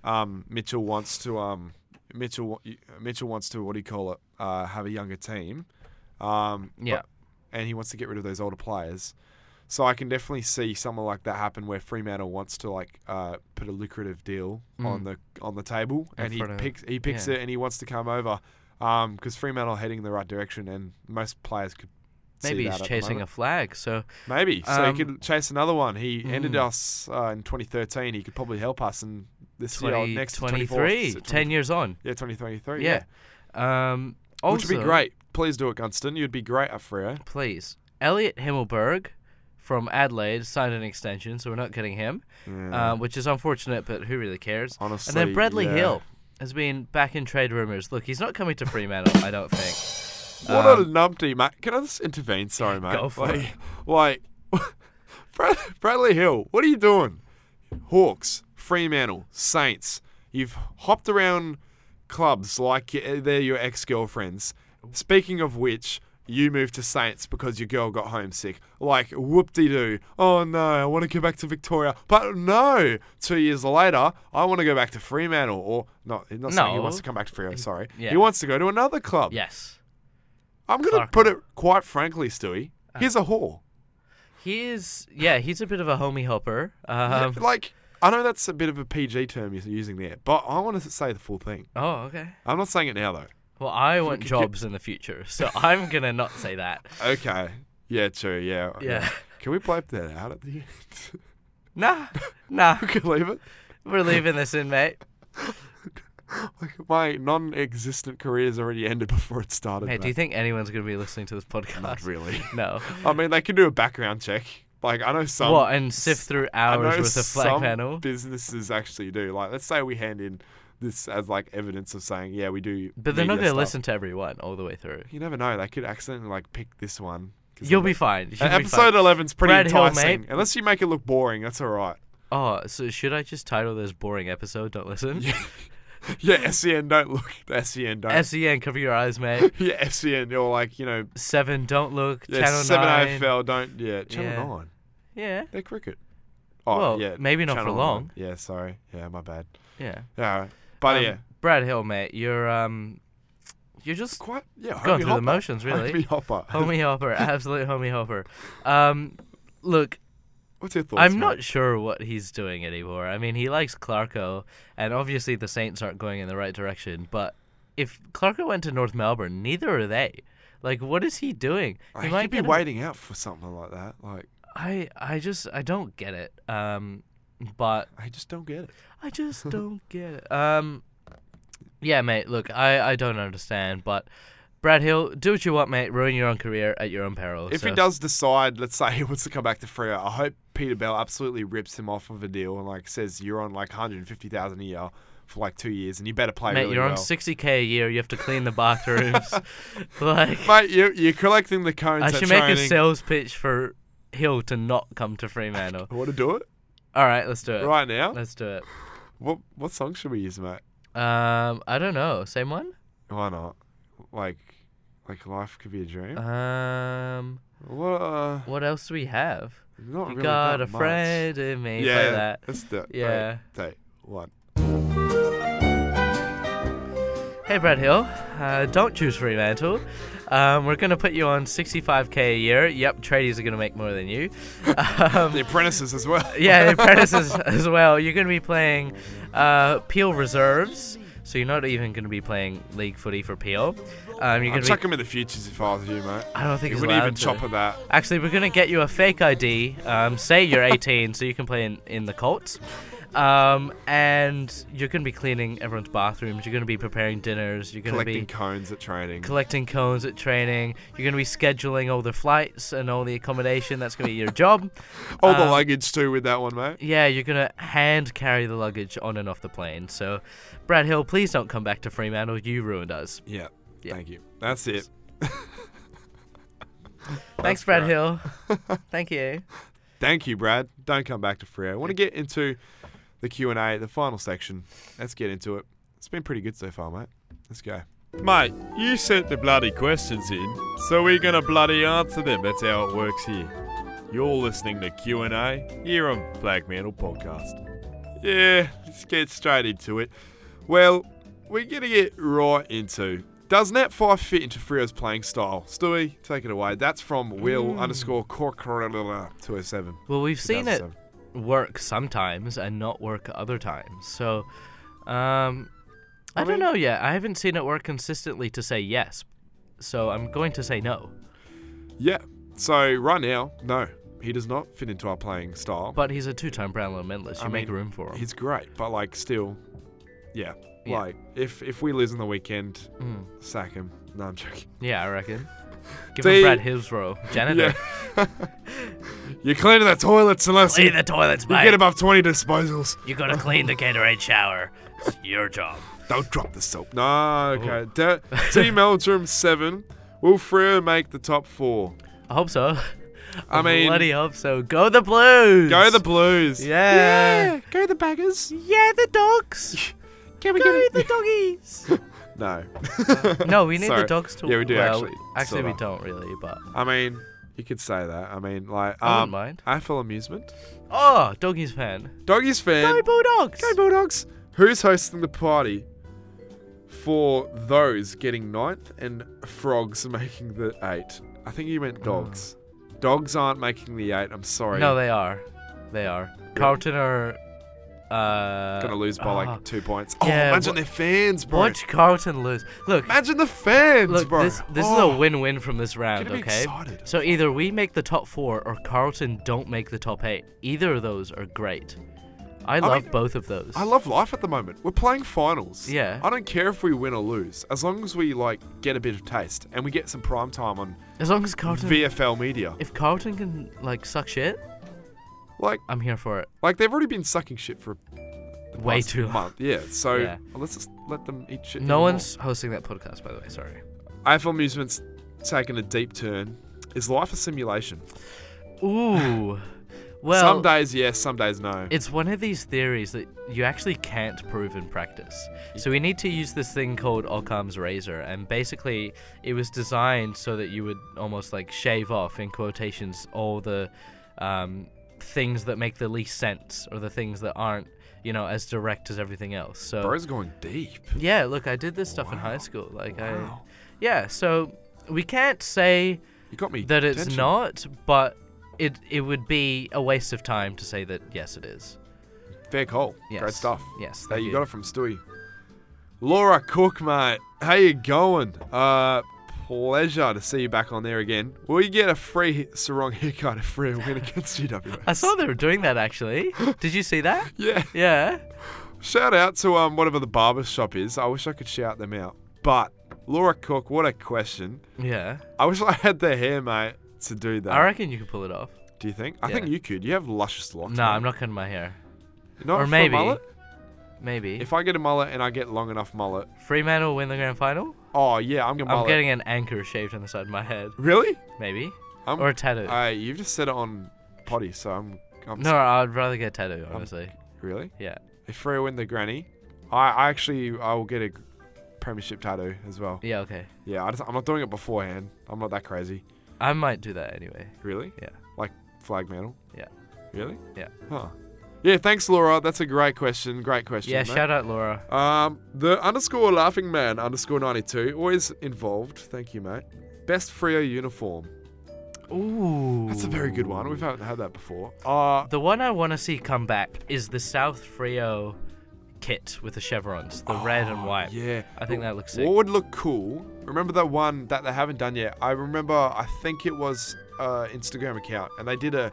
[SPEAKER 3] um, Mitchell wants to um, Mitchell wa- Mitchell wants to what do you call it? Uh, have a younger team. Um, but-
[SPEAKER 4] Yeah.
[SPEAKER 3] and he wants to get rid of those older players. So I can definitely see something like that happen where Fremantle wants to like uh, put a lucrative deal on the on the table,
[SPEAKER 4] Mm. In
[SPEAKER 3] and he
[SPEAKER 4] front of-
[SPEAKER 3] picks he picks
[SPEAKER 4] yeah.
[SPEAKER 3] it and he wants to come over. Um, because Fremantle are heading in the right direction, and most players could. see
[SPEAKER 4] Maybe
[SPEAKER 3] that
[SPEAKER 4] he's
[SPEAKER 3] at the
[SPEAKER 4] chasing
[SPEAKER 3] moment.
[SPEAKER 4] a flag. So,
[SPEAKER 3] Maybe. So he
[SPEAKER 4] Um,
[SPEAKER 3] could chase another one. He ended
[SPEAKER 4] Mm.
[SPEAKER 3] us uh, in 2013. He could probably help us in this year,
[SPEAKER 4] 20,
[SPEAKER 3] next
[SPEAKER 4] 23,
[SPEAKER 3] 24
[SPEAKER 4] 10 years on.
[SPEAKER 3] Yeah, 2023. Yeah.
[SPEAKER 4] Yeah. Um, also,
[SPEAKER 3] Which would be great. Please do it, Gunston. You'd be great at Freo.
[SPEAKER 4] Please. Elliot Himmelberg from Adelaide signed an extension, so we're not getting him, uh, which is unfortunate, but who really cares? And
[SPEAKER 3] Honestly,
[SPEAKER 4] then Bradley
[SPEAKER 3] yeah.
[SPEAKER 4] Hill has been back in trade rumors. Look, he's not coming to Fremantle, I don't think.
[SPEAKER 3] What
[SPEAKER 4] Um,
[SPEAKER 3] a numpty, mate. Can I just intervene? Sorry, mate.
[SPEAKER 4] Go for
[SPEAKER 3] like, Like, Brad, Bradley Hill, what are you doing? Hawks, Fremantle, Saints. You've hopped around clubs like y- they're your ex girlfriends. Speaking of which, you moved to Saints because your girl got homesick. Like, whoop de doo. Oh no, I want to go back to Victoria. But no, two years later, I want to go back to Fremantle. Or, not, not saying he
[SPEAKER 4] No.
[SPEAKER 3] wants to come back to Fremantle, sorry.
[SPEAKER 4] Yeah.
[SPEAKER 3] He wants to go to another club.
[SPEAKER 4] Yes.
[SPEAKER 3] I'm gonna
[SPEAKER 4] Clark.
[SPEAKER 3] put it quite frankly, Stewie.
[SPEAKER 4] Uh,
[SPEAKER 3] He's a whore.
[SPEAKER 4] He is, yeah, he's a bit of a homie helper. Um,
[SPEAKER 3] like I know that's a bit of a PG term you're using there, but I want to say the full thing.
[SPEAKER 4] oh, okay.
[SPEAKER 3] I'm not saying it now though.
[SPEAKER 4] Well, I want jobs in the future, so I'm gonna not say that.
[SPEAKER 3] Okay. Yeah, true. Yeah.
[SPEAKER 4] Yeah.
[SPEAKER 3] Can we pipe that out at the end?
[SPEAKER 4] Nah, nah,
[SPEAKER 3] Can you leave it?
[SPEAKER 4] we're leaving this in, mate.
[SPEAKER 3] Like my non-existent career's already ended before it started.
[SPEAKER 4] Hey, do you
[SPEAKER 3] mate.
[SPEAKER 4] think anyone's gonna be listening to this podcast?
[SPEAKER 3] Not really.
[SPEAKER 4] No.
[SPEAKER 3] I mean, they can do a background check. Like I know some.
[SPEAKER 4] what and sift through
[SPEAKER 3] I know
[SPEAKER 4] hours worth of flag
[SPEAKER 3] some
[SPEAKER 4] panel?
[SPEAKER 3] businesses actually do. Like, let's say we hand in this as like evidence of saying, yeah, we do.
[SPEAKER 4] But they're not
[SPEAKER 3] media
[SPEAKER 4] gonna
[SPEAKER 3] stuff.
[SPEAKER 4] listen to everyone all the way through.
[SPEAKER 3] You never know. They could accidentally like pick this one. 'cause
[SPEAKER 4] You'll
[SPEAKER 3] they're
[SPEAKER 4] be fine.
[SPEAKER 3] like-
[SPEAKER 4] You'll
[SPEAKER 3] Uh,
[SPEAKER 4] be fine.
[SPEAKER 3] episode 11's pretty
[SPEAKER 4] Brad Hill,
[SPEAKER 3] enticing.
[SPEAKER 4] mate.
[SPEAKER 3] Unless you make it look boring, that's all right.
[SPEAKER 4] Oh, so should I just title this boring episode? Don't listen.
[SPEAKER 3] Yeah, SEN don't look. SEN E don't.
[SPEAKER 4] Sen, E cover your eyes, mate.
[SPEAKER 3] yeah, SEN. You're like you know.
[SPEAKER 4] Seven, don't look.
[SPEAKER 3] Yeah,
[SPEAKER 4] Channel
[SPEAKER 3] seven
[SPEAKER 4] nine.
[SPEAKER 3] AFL don't. Yeah, Channel
[SPEAKER 4] Yeah.
[SPEAKER 3] Nine.
[SPEAKER 4] Yeah,
[SPEAKER 3] They're cricket. Oh
[SPEAKER 4] Well,
[SPEAKER 3] yeah.
[SPEAKER 4] maybe not for
[SPEAKER 3] Channel
[SPEAKER 4] long.
[SPEAKER 3] 9. Yeah, sorry. Yeah, my bad.
[SPEAKER 4] yeah.
[SPEAKER 3] Yeah, all right. but
[SPEAKER 4] Um,
[SPEAKER 3] yeah,
[SPEAKER 4] Brad Hill, mate, you're um, you're just
[SPEAKER 3] quite yeah. homie
[SPEAKER 4] going through
[SPEAKER 3] hopper.
[SPEAKER 4] the motions, really.
[SPEAKER 3] Homie hopper.
[SPEAKER 4] homie hopper, absolute homie hopper. Um, look,
[SPEAKER 3] What's your thoughts?
[SPEAKER 4] I'm
[SPEAKER 3] mate?
[SPEAKER 4] not sure what he's doing anymore. I mean, he likes Clarko, and obviously the Saints aren't going in the right direction. But if Clarko went to North Melbourne, neither are they. Like, what is he doing?
[SPEAKER 3] I
[SPEAKER 4] He
[SPEAKER 3] could be
[SPEAKER 4] get a-
[SPEAKER 3] waiting out for something like that. Like,
[SPEAKER 4] I I just I don't get it. Um, but
[SPEAKER 3] I just don't get it.
[SPEAKER 4] I just don't get it. Um, yeah, mate. Look, I I don't understand, but. Brad Hill, do what you want, mate. Ruin your own career at your own peril.
[SPEAKER 3] If he
[SPEAKER 4] so-
[SPEAKER 3] does decide, let's say he wants to come back to Freo, I hope Peter Bell absolutely rips him off of a deal and like says you're on like 150,000 a year for like two years, and you better play
[SPEAKER 4] mate,
[SPEAKER 3] really
[SPEAKER 4] you're
[SPEAKER 3] well.
[SPEAKER 4] on 60k a year. You have to clean the bathrooms. like,
[SPEAKER 3] Mate, you, you're collecting the cones.
[SPEAKER 4] I
[SPEAKER 3] at
[SPEAKER 4] should make
[SPEAKER 3] training.
[SPEAKER 4] a sales pitch for Hill to not come to Fremantle.
[SPEAKER 3] Want to do it
[SPEAKER 4] All right, let's do it.
[SPEAKER 3] right now?
[SPEAKER 4] Uh, Let's do it.
[SPEAKER 3] What what song should we use, mate?
[SPEAKER 4] Um, I don't know. Same one.
[SPEAKER 3] Why not? Like, like life could be a dream.
[SPEAKER 4] Uh, Um,
[SPEAKER 3] what? Uh,
[SPEAKER 4] what else do we have?
[SPEAKER 3] not
[SPEAKER 4] You
[SPEAKER 3] really
[SPEAKER 4] got
[SPEAKER 3] that
[SPEAKER 4] a
[SPEAKER 3] much.
[SPEAKER 4] friend in me. Play
[SPEAKER 3] Yeah,
[SPEAKER 4] that.
[SPEAKER 3] let's do it. Three,
[SPEAKER 4] Yeah.
[SPEAKER 3] two, one.
[SPEAKER 4] Hey, Brad Hill. Uh, don't choose Fremantle. Um, we're gonna put you on 65k a year. Yep, tradies are gonna make more than you. Um,
[SPEAKER 3] The apprentices as well.
[SPEAKER 4] yeah, the apprentices as well. You're going to be playing uh, Peel reserves, so you're not even going to be playing league footy for Peel. Um, you're going
[SPEAKER 3] I'd
[SPEAKER 4] to
[SPEAKER 3] chuck
[SPEAKER 4] be.
[SPEAKER 3] him in the futures if I was you, mate.
[SPEAKER 4] I don't
[SPEAKER 3] He
[SPEAKER 4] think he's
[SPEAKER 3] wouldn't
[SPEAKER 4] allowed
[SPEAKER 3] even
[SPEAKER 4] to.
[SPEAKER 3] chop at that.
[SPEAKER 4] Actually, we're going to get you a fake ID. Um, say you're 18, so you can play in, in the Colts. Um, and you're going to be cleaning everyone's bathrooms. You're going to be preparing dinners. You're going to
[SPEAKER 3] Collecting
[SPEAKER 4] be
[SPEAKER 3] cones at training.
[SPEAKER 4] collecting cones at training. You're going to be scheduling all the flights and all the accommodation. That's going to be your job.
[SPEAKER 3] All Oh, the
[SPEAKER 4] um,
[SPEAKER 3] luggage too with that one, mate.
[SPEAKER 4] Yeah, you're gonna hand carry the luggage on and off the plane. So, Brad Hill, please don't come back to Fremantle. You ruined us.
[SPEAKER 3] Yeah.
[SPEAKER 4] Yeah.
[SPEAKER 3] Thank you. That's it.
[SPEAKER 4] Thanks, Brad Hill. Thank you.
[SPEAKER 3] Thank you, Brad. Don't come back to free. I want to get into the Q and A, the final section. Let's get into it. It's been pretty good so far, mate. Let's go.
[SPEAKER 5] Mate, you sent the bloody questions in, so we're gonna bloody answer them. That's how it works here. You're listening to Q and A here on Flag Mantle Podcast.
[SPEAKER 3] Yeah, let's get straight into it. Well, we're gonna get right into. Does Nat Five fit into Frio's playing style? Stewie, take it away. That's from Will underscore Corcorella two oh seven.
[SPEAKER 4] Well, we've seen it
[SPEAKER 3] oh
[SPEAKER 4] work sometimes and not work other times. So, um, I, don't know yet. I haven't seen it work consistently to say yes. So I'm going to say no.
[SPEAKER 3] Yeah. So right now, no, he does not fit into our playing style.
[SPEAKER 4] But he's a two-time Brownlow medalist. You
[SPEAKER 3] I
[SPEAKER 4] make
[SPEAKER 3] mean,
[SPEAKER 4] room for him.
[SPEAKER 3] He's great, but like still, yeah.
[SPEAKER 4] Yeah.
[SPEAKER 3] Like if if we lose on the weekend,
[SPEAKER 4] Mm.
[SPEAKER 3] sack him. No, I'm joking.
[SPEAKER 4] Yeah, I reckon. Give
[SPEAKER 3] See-
[SPEAKER 4] him Brad Hill's role, janitor.
[SPEAKER 3] Yeah. You're cleaning the toilets unless
[SPEAKER 4] Clean
[SPEAKER 3] you,
[SPEAKER 4] the toilets,
[SPEAKER 3] you
[SPEAKER 4] mate.
[SPEAKER 3] get above 20 disposals.
[SPEAKER 4] You gotta clean the Gatorade shower. It's your job.
[SPEAKER 3] Don't drop the soap. No,
[SPEAKER 4] Oh.
[SPEAKER 3] okay. Da- T Meldrum seven. Will Freo make the top four?
[SPEAKER 4] I hope so.
[SPEAKER 3] I mean,
[SPEAKER 4] bloody hope so. Go the Blues.
[SPEAKER 3] go the Blues.
[SPEAKER 4] Yeah.
[SPEAKER 3] yeah. Go the Baggers.
[SPEAKER 4] yeah the dogs.
[SPEAKER 3] Can we
[SPEAKER 4] Go
[SPEAKER 3] get
[SPEAKER 4] the
[SPEAKER 3] it?
[SPEAKER 4] doggies.
[SPEAKER 3] No.
[SPEAKER 4] no, we need
[SPEAKER 3] Sorry.
[SPEAKER 4] the dogs to.
[SPEAKER 3] Yeah, we do
[SPEAKER 4] well,
[SPEAKER 3] actually.
[SPEAKER 4] Actually,
[SPEAKER 3] Sorta.
[SPEAKER 4] we don't really, but
[SPEAKER 3] I mean, you could say that. I mean, like,
[SPEAKER 4] I wouldn't
[SPEAKER 3] um,
[SPEAKER 4] mind.
[SPEAKER 3] I feel amusement.
[SPEAKER 4] oh, doggies fan.
[SPEAKER 3] Doggies fan.
[SPEAKER 4] Go Bulldogs.
[SPEAKER 3] Go Bulldogs. Who's hosting the party for those getting ninth and frogs making the eight? I think you meant dogs. Dogs aren't making the eight. I'm sorry.
[SPEAKER 4] Hmm. no, they are. They are. Carlton are. Uh,
[SPEAKER 3] gonna lose by
[SPEAKER 4] ah.
[SPEAKER 3] like two points. Oh,
[SPEAKER 4] Yeah,
[SPEAKER 3] imagine
[SPEAKER 4] wha-
[SPEAKER 3] their fans, bro.
[SPEAKER 4] Watch Carlton lose. Look,
[SPEAKER 3] Imagine the fans,
[SPEAKER 4] Look,
[SPEAKER 3] bro.
[SPEAKER 4] this, this
[SPEAKER 3] oh.
[SPEAKER 4] is a win-win from this round,
[SPEAKER 3] Gonna be
[SPEAKER 4] okay?
[SPEAKER 3] excited.
[SPEAKER 4] So either we make the top four or Carlton don't make the top eight. Either of those are great. I, love
[SPEAKER 3] mean,
[SPEAKER 4] both of those.
[SPEAKER 3] I love life at the moment. We're playing finals.
[SPEAKER 4] Yeah.
[SPEAKER 3] I don't care if we win or lose, as long as we like get a bit of taste and we get some prime time on
[SPEAKER 4] as long as Carlton.
[SPEAKER 3] VFL media.
[SPEAKER 4] if Carlton can like suck shit,
[SPEAKER 3] Like,
[SPEAKER 4] I'm here for it.
[SPEAKER 3] like they've already been sucking shit for the
[SPEAKER 4] Way
[SPEAKER 3] past
[SPEAKER 4] too long.
[SPEAKER 3] month. Yeah. So
[SPEAKER 4] Yeah.
[SPEAKER 3] let's just let them eat shit.
[SPEAKER 4] No
[SPEAKER 3] even
[SPEAKER 4] one's hosting that podcast, by the way. Sorry.
[SPEAKER 3] More. IFL Amusement's taken a deep turn. Is life a simulation?
[SPEAKER 4] Ooh. Well,
[SPEAKER 3] some days yes, some days no.
[SPEAKER 4] It's one of these theories that you actually can't prove in practice. So we need to use this thing called Occam's razor, and basically it was designed so that you would almost like shave off, in quotations, all the um, things that make the least sense or the things that aren't, you know, as direct as everything else. So
[SPEAKER 3] Bro's going deep.
[SPEAKER 4] yeah, look, I did this stuff in high school. Like
[SPEAKER 3] Wow.
[SPEAKER 4] I, yeah. So we can't say
[SPEAKER 3] You got me.
[SPEAKER 4] that it's
[SPEAKER 3] attention.
[SPEAKER 4] not, but it it would be a waste of time to say that yes, it is.
[SPEAKER 3] Fair call.
[SPEAKER 4] Yes.
[SPEAKER 3] Great stuff.
[SPEAKER 4] Yes,
[SPEAKER 3] There
[SPEAKER 4] thank
[SPEAKER 3] you
[SPEAKER 4] you.
[SPEAKER 3] got it from Stewie. Laura Cook, mate. How you going? Uh pleasure to see you back on there again. Will you get a free sarong haircut if free win against GWS?
[SPEAKER 4] I saw they were doing that actually. Did you see that?
[SPEAKER 3] Yeah.
[SPEAKER 4] Yeah.
[SPEAKER 3] Shout out to um whatever the barber shop is. I wish I could shout them out. But Laura Cook, what a question.
[SPEAKER 4] Yeah.
[SPEAKER 3] I wish I had the hair, mate, to do that.
[SPEAKER 4] I reckon you could pull it off.
[SPEAKER 3] Do you think? I
[SPEAKER 4] Yeah.
[SPEAKER 3] think you could. You have luscious locks.
[SPEAKER 4] No, I'm not cutting my hair.
[SPEAKER 3] Not for
[SPEAKER 4] or
[SPEAKER 3] a
[SPEAKER 4] maybe.
[SPEAKER 3] mullet?
[SPEAKER 4] Maybe.
[SPEAKER 3] If I get a mullet and I get long enough mullet,
[SPEAKER 4] Fremantle will win the grand final,
[SPEAKER 3] oh yeah, I'm gonna mullet.
[SPEAKER 4] I'm getting an anchor shaved on the side of my head.
[SPEAKER 3] Really?
[SPEAKER 4] Maybe.
[SPEAKER 3] I'm,
[SPEAKER 4] Or a tattoo.
[SPEAKER 3] Uh, you've just said it on potty, so I'm. I'm
[SPEAKER 4] No, I'd rather get a tattoo,
[SPEAKER 3] Um.
[SPEAKER 4] honestly.
[SPEAKER 3] Really?
[SPEAKER 4] yeah.
[SPEAKER 3] If Freya win the granny, I, I actually I will get a premiership tattoo as well.
[SPEAKER 4] Yeah, okay.
[SPEAKER 3] Yeah, I just, I'm not doing it beforehand. I'm not that crazy.
[SPEAKER 4] I might do that anyway.
[SPEAKER 3] Really?
[SPEAKER 4] Yeah.
[SPEAKER 3] Like flag medal.
[SPEAKER 4] Yeah.
[SPEAKER 3] Really?
[SPEAKER 4] Yeah.
[SPEAKER 3] Huh. Yeah. Thanks, Laura. That's a great question. Great question.
[SPEAKER 4] yeah,
[SPEAKER 3] mate.
[SPEAKER 4] shout out Laura.
[SPEAKER 3] Um, the underscore laughing man underscore 92, always involved. Thank you, mate. Best Frio uniform.
[SPEAKER 4] Ooh.
[SPEAKER 3] That's a very good one. We haven't had that before. Uh,
[SPEAKER 4] The one I want to see come back is the South Frio kit with the chevrons, the red and white.
[SPEAKER 3] Ah, yeah.
[SPEAKER 4] I think that looks sick.
[SPEAKER 3] What would look cool? Remember that one that they haven't done yet? I remember, I think it was uh, Instagram account, and they did a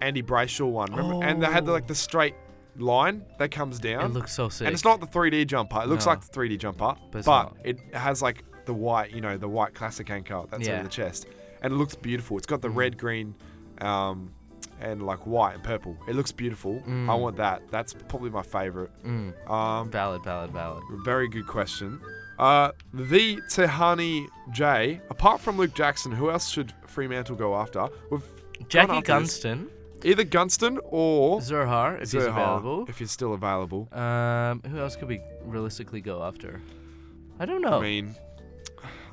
[SPEAKER 3] Andy Brayshaw one. Remember? And they had the, like the straight line that comes down.
[SPEAKER 4] It looks so sick.
[SPEAKER 3] And it's not the 3D jumper. It looks
[SPEAKER 4] No.
[SPEAKER 3] like the 3D jumper,
[SPEAKER 4] But
[SPEAKER 3] but,
[SPEAKER 4] it's not.
[SPEAKER 3] it has like the white, you know, the white classic anchor that's
[SPEAKER 4] Yeah. Mm.
[SPEAKER 3] over the chest, and it looks beautiful. It's got the red, green, um, and like white and purple. It looks beautiful.
[SPEAKER 4] Mm.
[SPEAKER 3] I want that. That's probably my favorite. Um,
[SPEAKER 4] Valid, valid, valid.
[SPEAKER 3] very good question. Uh, the Tehani J. Apart from Luke Jackson, who else should Fremantle go after? We've gone
[SPEAKER 4] Jackie
[SPEAKER 3] after this.
[SPEAKER 4] Gunston,
[SPEAKER 3] either Gunston or
[SPEAKER 4] Zurhar, if he's
[SPEAKER 3] Zerha,
[SPEAKER 4] available.
[SPEAKER 3] if he's still available.
[SPEAKER 4] Um, who else could we realistically go after? I don't know.
[SPEAKER 3] I mean,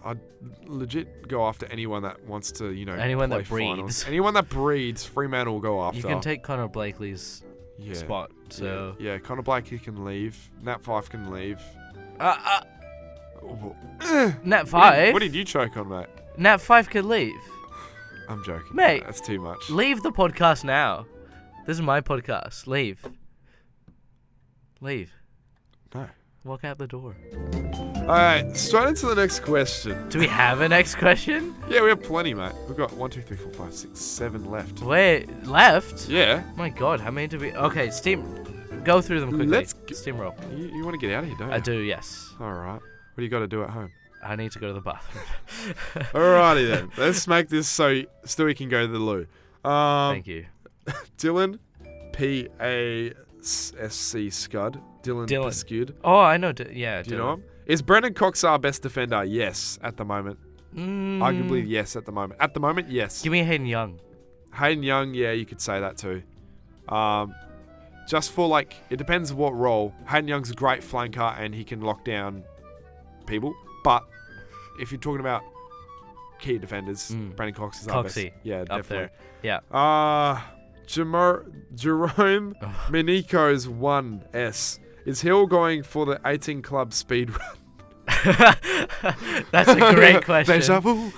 [SPEAKER 3] I'd legit go after anyone that wants to, you know,
[SPEAKER 4] Anyone
[SPEAKER 3] play
[SPEAKER 4] that
[SPEAKER 3] finals.
[SPEAKER 4] breathes.
[SPEAKER 3] Anyone that breeds, Fremantle will go after.
[SPEAKER 4] you can take Connor Blakely's
[SPEAKER 3] yeah.
[SPEAKER 4] spot.
[SPEAKER 3] Yeah.
[SPEAKER 4] So
[SPEAKER 3] yeah, Connor Blakey can leave. Nat Five can leave.
[SPEAKER 4] Uh,
[SPEAKER 3] Oh,
[SPEAKER 4] uh, Nat five.
[SPEAKER 3] What did you choke on, mate?
[SPEAKER 4] Nat five could leave.
[SPEAKER 3] I'm joking,
[SPEAKER 4] Mate,
[SPEAKER 3] That's too much.
[SPEAKER 4] Leave the podcast now. This is my podcast. Leave. Leave.
[SPEAKER 3] no.
[SPEAKER 4] Walk out the door.
[SPEAKER 3] All right, straight into the next question.
[SPEAKER 4] Do we have a next question?
[SPEAKER 3] Yeah, we have plenty, mate. We've got one, two, three, four, five, six, seven left.
[SPEAKER 4] Wait, left.
[SPEAKER 3] Yeah.
[SPEAKER 4] My God, how many do we? Okay, steam. Go through them quickly.
[SPEAKER 3] Let's g-
[SPEAKER 4] steamroll.
[SPEAKER 3] You, you want to get out of here, don't you?
[SPEAKER 4] I do. Yes.
[SPEAKER 3] All right. What do you got to do at home?
[SPEAKER 4] I need to go to the bathroom.
[SPEAKER 3] Alrighty then. Let's make this so Stewie can go to the loo. Um,
[SPEAKER 4] Thank you.
[SPEAKER 3] Dylan P A S C Scud. Dylan,
[SPEAKER 4] Dylan.
[SPEAKER 3] Scud.
[SPEAKER 4] Oh, I know. D- yeah.
[SPEAKER 3] Do you know him? Is Brendan Cox our best defender? Yes, at the moment.
[SPEAKER 4] Mm.
[SPEAKER 3] Arguably, yes, at the moment. At the moment, yes.
[SPEAKER 4] Give me Hayden Young.
[SPEAKER 3] Hayden Young, yeah, you could say that too. Um, just for like, it depends what role. Hayden Young's a great flanker and he can lock down people. But if you're talking about key defenders,
[SPEAKER 4] Mm.
[SPEAKER 3] Brandon Cox is our best.
[SPEAKER 4] Coxie.
[SPEAKER 3] Yeah,
[SPEAKER 4] up
[SPEAKER 3] definitely.
[SPEAKER 4] there. Yeah.
[SPEAKER 3] Uh, Jamo- Jerome Minico's 1S. Is Hill going for the 18 club speed run?
[SPEAKER 4] That's a great question.
[SPEAKER 3] Deja vu.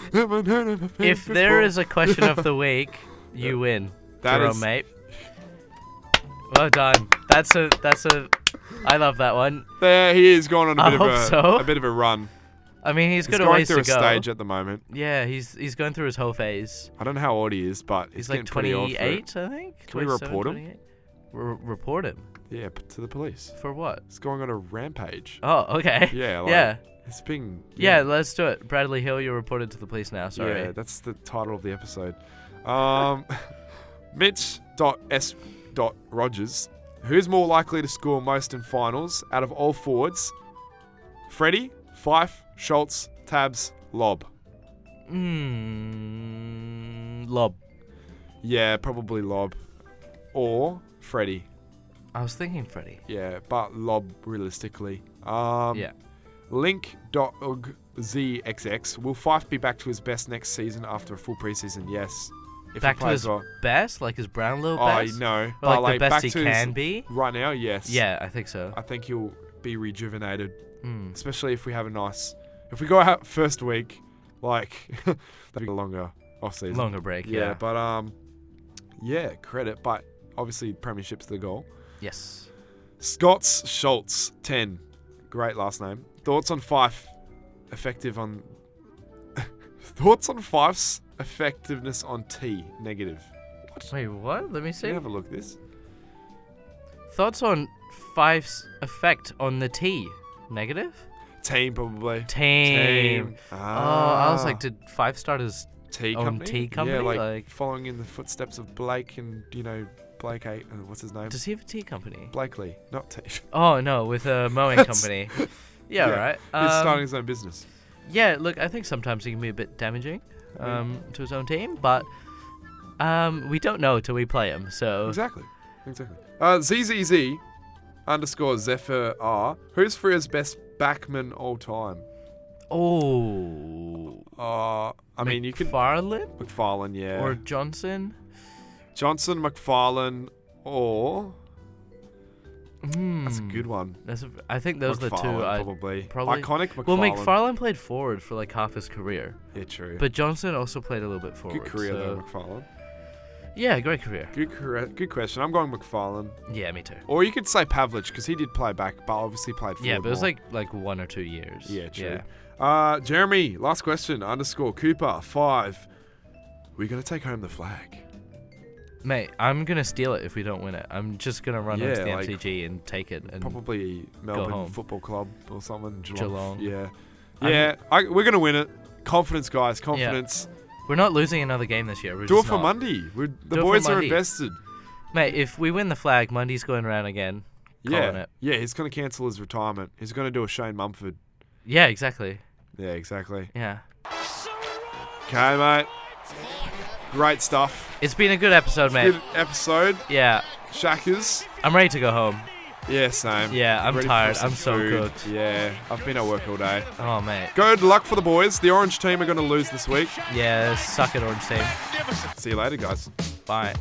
[SPEAKER 4] if there is a question of the week, you win.
[SPEAKER 3] That
[SPEAKER 4] Jerome,
[SPEAKER 3] is-
[SPEAKER 4] mate. Well done. That's a that's a I love that one.
[SPEAKER 3] There he is going on a
[SPEAKER 4] I
[SPEAKER 3] bit, of
[SPEAKER 4] hope
[SPEAKER 3] a,
[SPEAKER 4] so.
[SPEAKER 3] a bit of a run.
[SPEAKER 4] I mean he's
[SPEAKER 3] He's
[SPEAKER 4] got a
[SPEAKER 3] going
[SPEAKER 4] ways
[SPEAKER 3] through
[SPEAKER 4] to
[SPEAKER 3] a
[SPEAKER 4] go.
[SPEAKER 3] stage at the moment.
[SPEAKER 4] Yeah, he's he's going through his whole phase.
[SPEAKER 3] I don't know how old he is, but
[SPEAKER 4] He's
[SPEAKER 3] he's,
[SPEAKER 4] like
[SPEAKER 3] getting pretty old for it.
[SPEAKER 4] 28, I think.
[SPEAKER 3] Can we report him?
[SPEAKER 4] 28? R- report him
[SPEAKER 3] Yeah, p- to the police.
[SPEAKER 4] for what?
[SPEAKER 3] He's going on a rampage.
[SPEAKER 4] Oh, okay.
[SPEAKER 3] Yeah, like,
[SPEAKER 4] yeah.
[SPEAKER 3] It's being
[SPEAKER 4] Yeah, let's do it. Bradley Hill, you're reported to the police now. Sorry.
[SPEAKER 3] Yeah, that's the title of the episode. Um, Mitch dot S dot Rogers. Who's more likely to score most in finals out of all forwards? Freddie, Fife, Schultz, Tabs, Lob.
[SPEAKER 4] Mm, lob.
[SPEAKER 3] Yeah, probably Lob, or Freddie.
[SPEAKER 4] I was thinking Freddie.
[SPEAKER 3] Yeah, but Lob realistically. Um,
[SPEAKER 4] yeah.
[SPEAKER 3] Link.ogzxx. Will Fife be back to his best next season after a full preseason? Yes. If he
[SPEAKER 4] back to
[SPEAKER 3] plays
[SPEAKER 4] his
[SPEAKER 3] well.
[SPEAKER 4] best, like his Brownlow
[SPEAKER 3] Oh, I
[SPEAKER 4] best.
[SPEAKER 3] know.
[SPEAKER 4] Or,
[SPEAKER 3] but
[SPEAKER 4] like, the best
[SPEAKER 3] back
[SPEAKER 4] he
[SPEAKER 3] to his-
[SPEAKER 4] can be?
[SPEAKER 3] Right now, yes.
[SPEAKER 4] Yeah, I think so.
[SPEAKER 3] I think he'll be rejuvenated,
[SPEAKER 4] Mm.
[SPEAKER 3] especially if we have a nice. If we go out first week, like that'd be a longer off season.
[SPEAKER 4] Longer break.
[SPEAKER 3] Yeah,
[SPEAKER 4] Yeah,
[SPEAKER 3] but um, yeah, credit, but obviously Premiership's the goal.
[SPEAKER 4] Yes.
[SPEAKER 3] Scott's Schultz, 10. Great last name. Thoughts on Fife? Effective on. Thoughts on Fife's effectiveness on T? Negative.
[SPEAKER 4] Wait, what? Let me see.
[SPEAKER 3] Can you have a look at this?
[SPEAKER 4] Thoughts on Fife's effect on the T? Negative?
[SPEAKER 3] Team, probably.
[SPEAKER 4] Team. Oh,
[SPEAKER 3] Ah.
[SPEAKER 4] I was like, did Five start as
[SPEAKER 3] tea
[SPEAKER 4] own
[SPEAKER 3] company.
[SPEAKER 4] tea company?
[SPEAKER 3] Yeah, like,
[SPEAKER 4] Like-
[SPEAKER 3] following in the footsteps of Blake and you know Blake. A- uh, what's his name?
[SPEAKER 4] Does he have a tea company?
[SPEAKER 3] Blakely, not tea.
[SPEAKER 4] Oh no, with a mowing
[SPEAKER 3] That's-
[SPEAKER 4] company. Yeah, right.
[SPEAKER 3] He's
[SPEAKER 4] Um,
[SPEAKER 3] starting his own business.
[SPEAKER 4] yeah, look, I think sometimes he can be a bit damaging
[SPEAKER 3] Yeah.
[SPEAKER 4] um, to his own team, but um, we don't know till we play him. So
[SPEAKER 3] Exactly. Exactly. Uh, ZZZ underscore Zephyr R. Who's Freya's best backman all time?
[SPEAKER 4] oh,
[SPEAKER 3] Uh, I mean, you could
[SPEAKER 4] Farland
[SPEAKER 3] McFarlane, yeah,
[SPEAKER 4] or Johnson.
[SPEAKER 3] Johnson, McFarlane, or that's a
[SPEAKER 4] Hmm,
[SPEAKER 3] good one.
[SPEAKER 4] That's a, I think those are the two.
[SPEAKER 3] McFarlane,
[SPEAKER 4] I
[SPEAKER 3] probably.
[SPEAKER 4] probably-
[SPEAKER 3] iconic. McFarlane.
[SPEAKER 4] Well, McFarlane played forward for like half his career,
[SPEAKER 3] Yeah, true.
[SPEAKER 4] but uh, Johnson also played a little bit forward.
[SPEAKER 3] good career though,
[SPEAKER 4] so-
[SPEAKER 3] McFarlane.
[SPEAKER 4] Yeah, great career.
[SPEAKER 3] Good, career, good question. I'm going McFarlane.
[SPEAKER 4] Yeah, me too.
[SPEAKER 3] Or you could say Pavlich because he did play back, but obviously played forward.
[SPEAKER 4] Yeah, but it was
[SPEAKER 3] more.
[SPEAKER 4] like like one or two years.
[SPEAKER 3] yeah, true. Uh, Jeremy, last question underscore Cooper five. We're gonna take home the flag.
[SPEAKER 4] Mate, I'm gonna steal it if we don't win it. I'm just gonna run onto
[SPEAKER 3] Yeah,
[SPEAKER 4] the
[SPEAKER 3] like,
[SPEAKER 4] MCG and take it. And
[SPEAKER 3] Probably Melbourne
[SPEAKER 4] home.
[SPEAKER 3] Football Club or something. Geelong.
[SPEAKER 4] Geelong.
[SPEAKER 3] Yeah,
[SPEAKER 4] I'm-
[SPEAKER 3] yeah. I, we're gonna win it. Confidence, guys. Confidence.
[SPEAKER 4] we're not losing another game this year. We're
[SPEAKER 3] Do it
[SPEAKER 4] just
[SPEAKER 3] for
[SPEAKER 4] not.
[SPEAKER 3] Monday. We're, the
[SPEAKER 4] Do it for
[SPEAKER 3] boys are
[SPEAKER 4] Mundy.
[SPEAKER 3] invested.
[SPEAKER 4] Mate, if we win the flag, Monday's going around again. Calling
[SPEAKER 3] yeah,
[SPEAKER 4] it.
[SPEAKER 3] yeah. He's gonna cancel his retirement. He's gonna do a Shane Mumford.
[SPEAKER 4] Yeah, exactly.
[SPEAKER 3] Yeah, exactly.
[SPEAKER 4] Yeah,
[SPEAKER 3] Okay, mate. Great stuff.
[SPEAKER 4] it's been a good episode, mate.
[SPEAKER 3] Good episode.
[SPEAKER 4] Yeah,
[SPEAKER 3] Shackers.
[SPEAKER 4] I'm ready to go home.
[SPEAKER 3] Yeah, same.
[SPEAKER 4] Yeah, I'm
[SPEAKER 3] Ready for
[SPEAKER 4] tired.
[SPEAKER 3] some
[SPEAKER 4] I'm so
[SPEAKER 3] food.
[SPEAKER 4] cooked.
[SPEAKER 3] Yeah, I've been at work all day.
[SPEAKER 4] Oh, mate.
[SPEAKER 3] Good luck for the boys. The orange team are going to lose this week.
[SPEAKER 4] Yeah, suck it, Orange Team.
[SPEAKER 2] Magnificent.
[SPEAKER 3] See you later, guys.
[SPEAKER 4] Bye.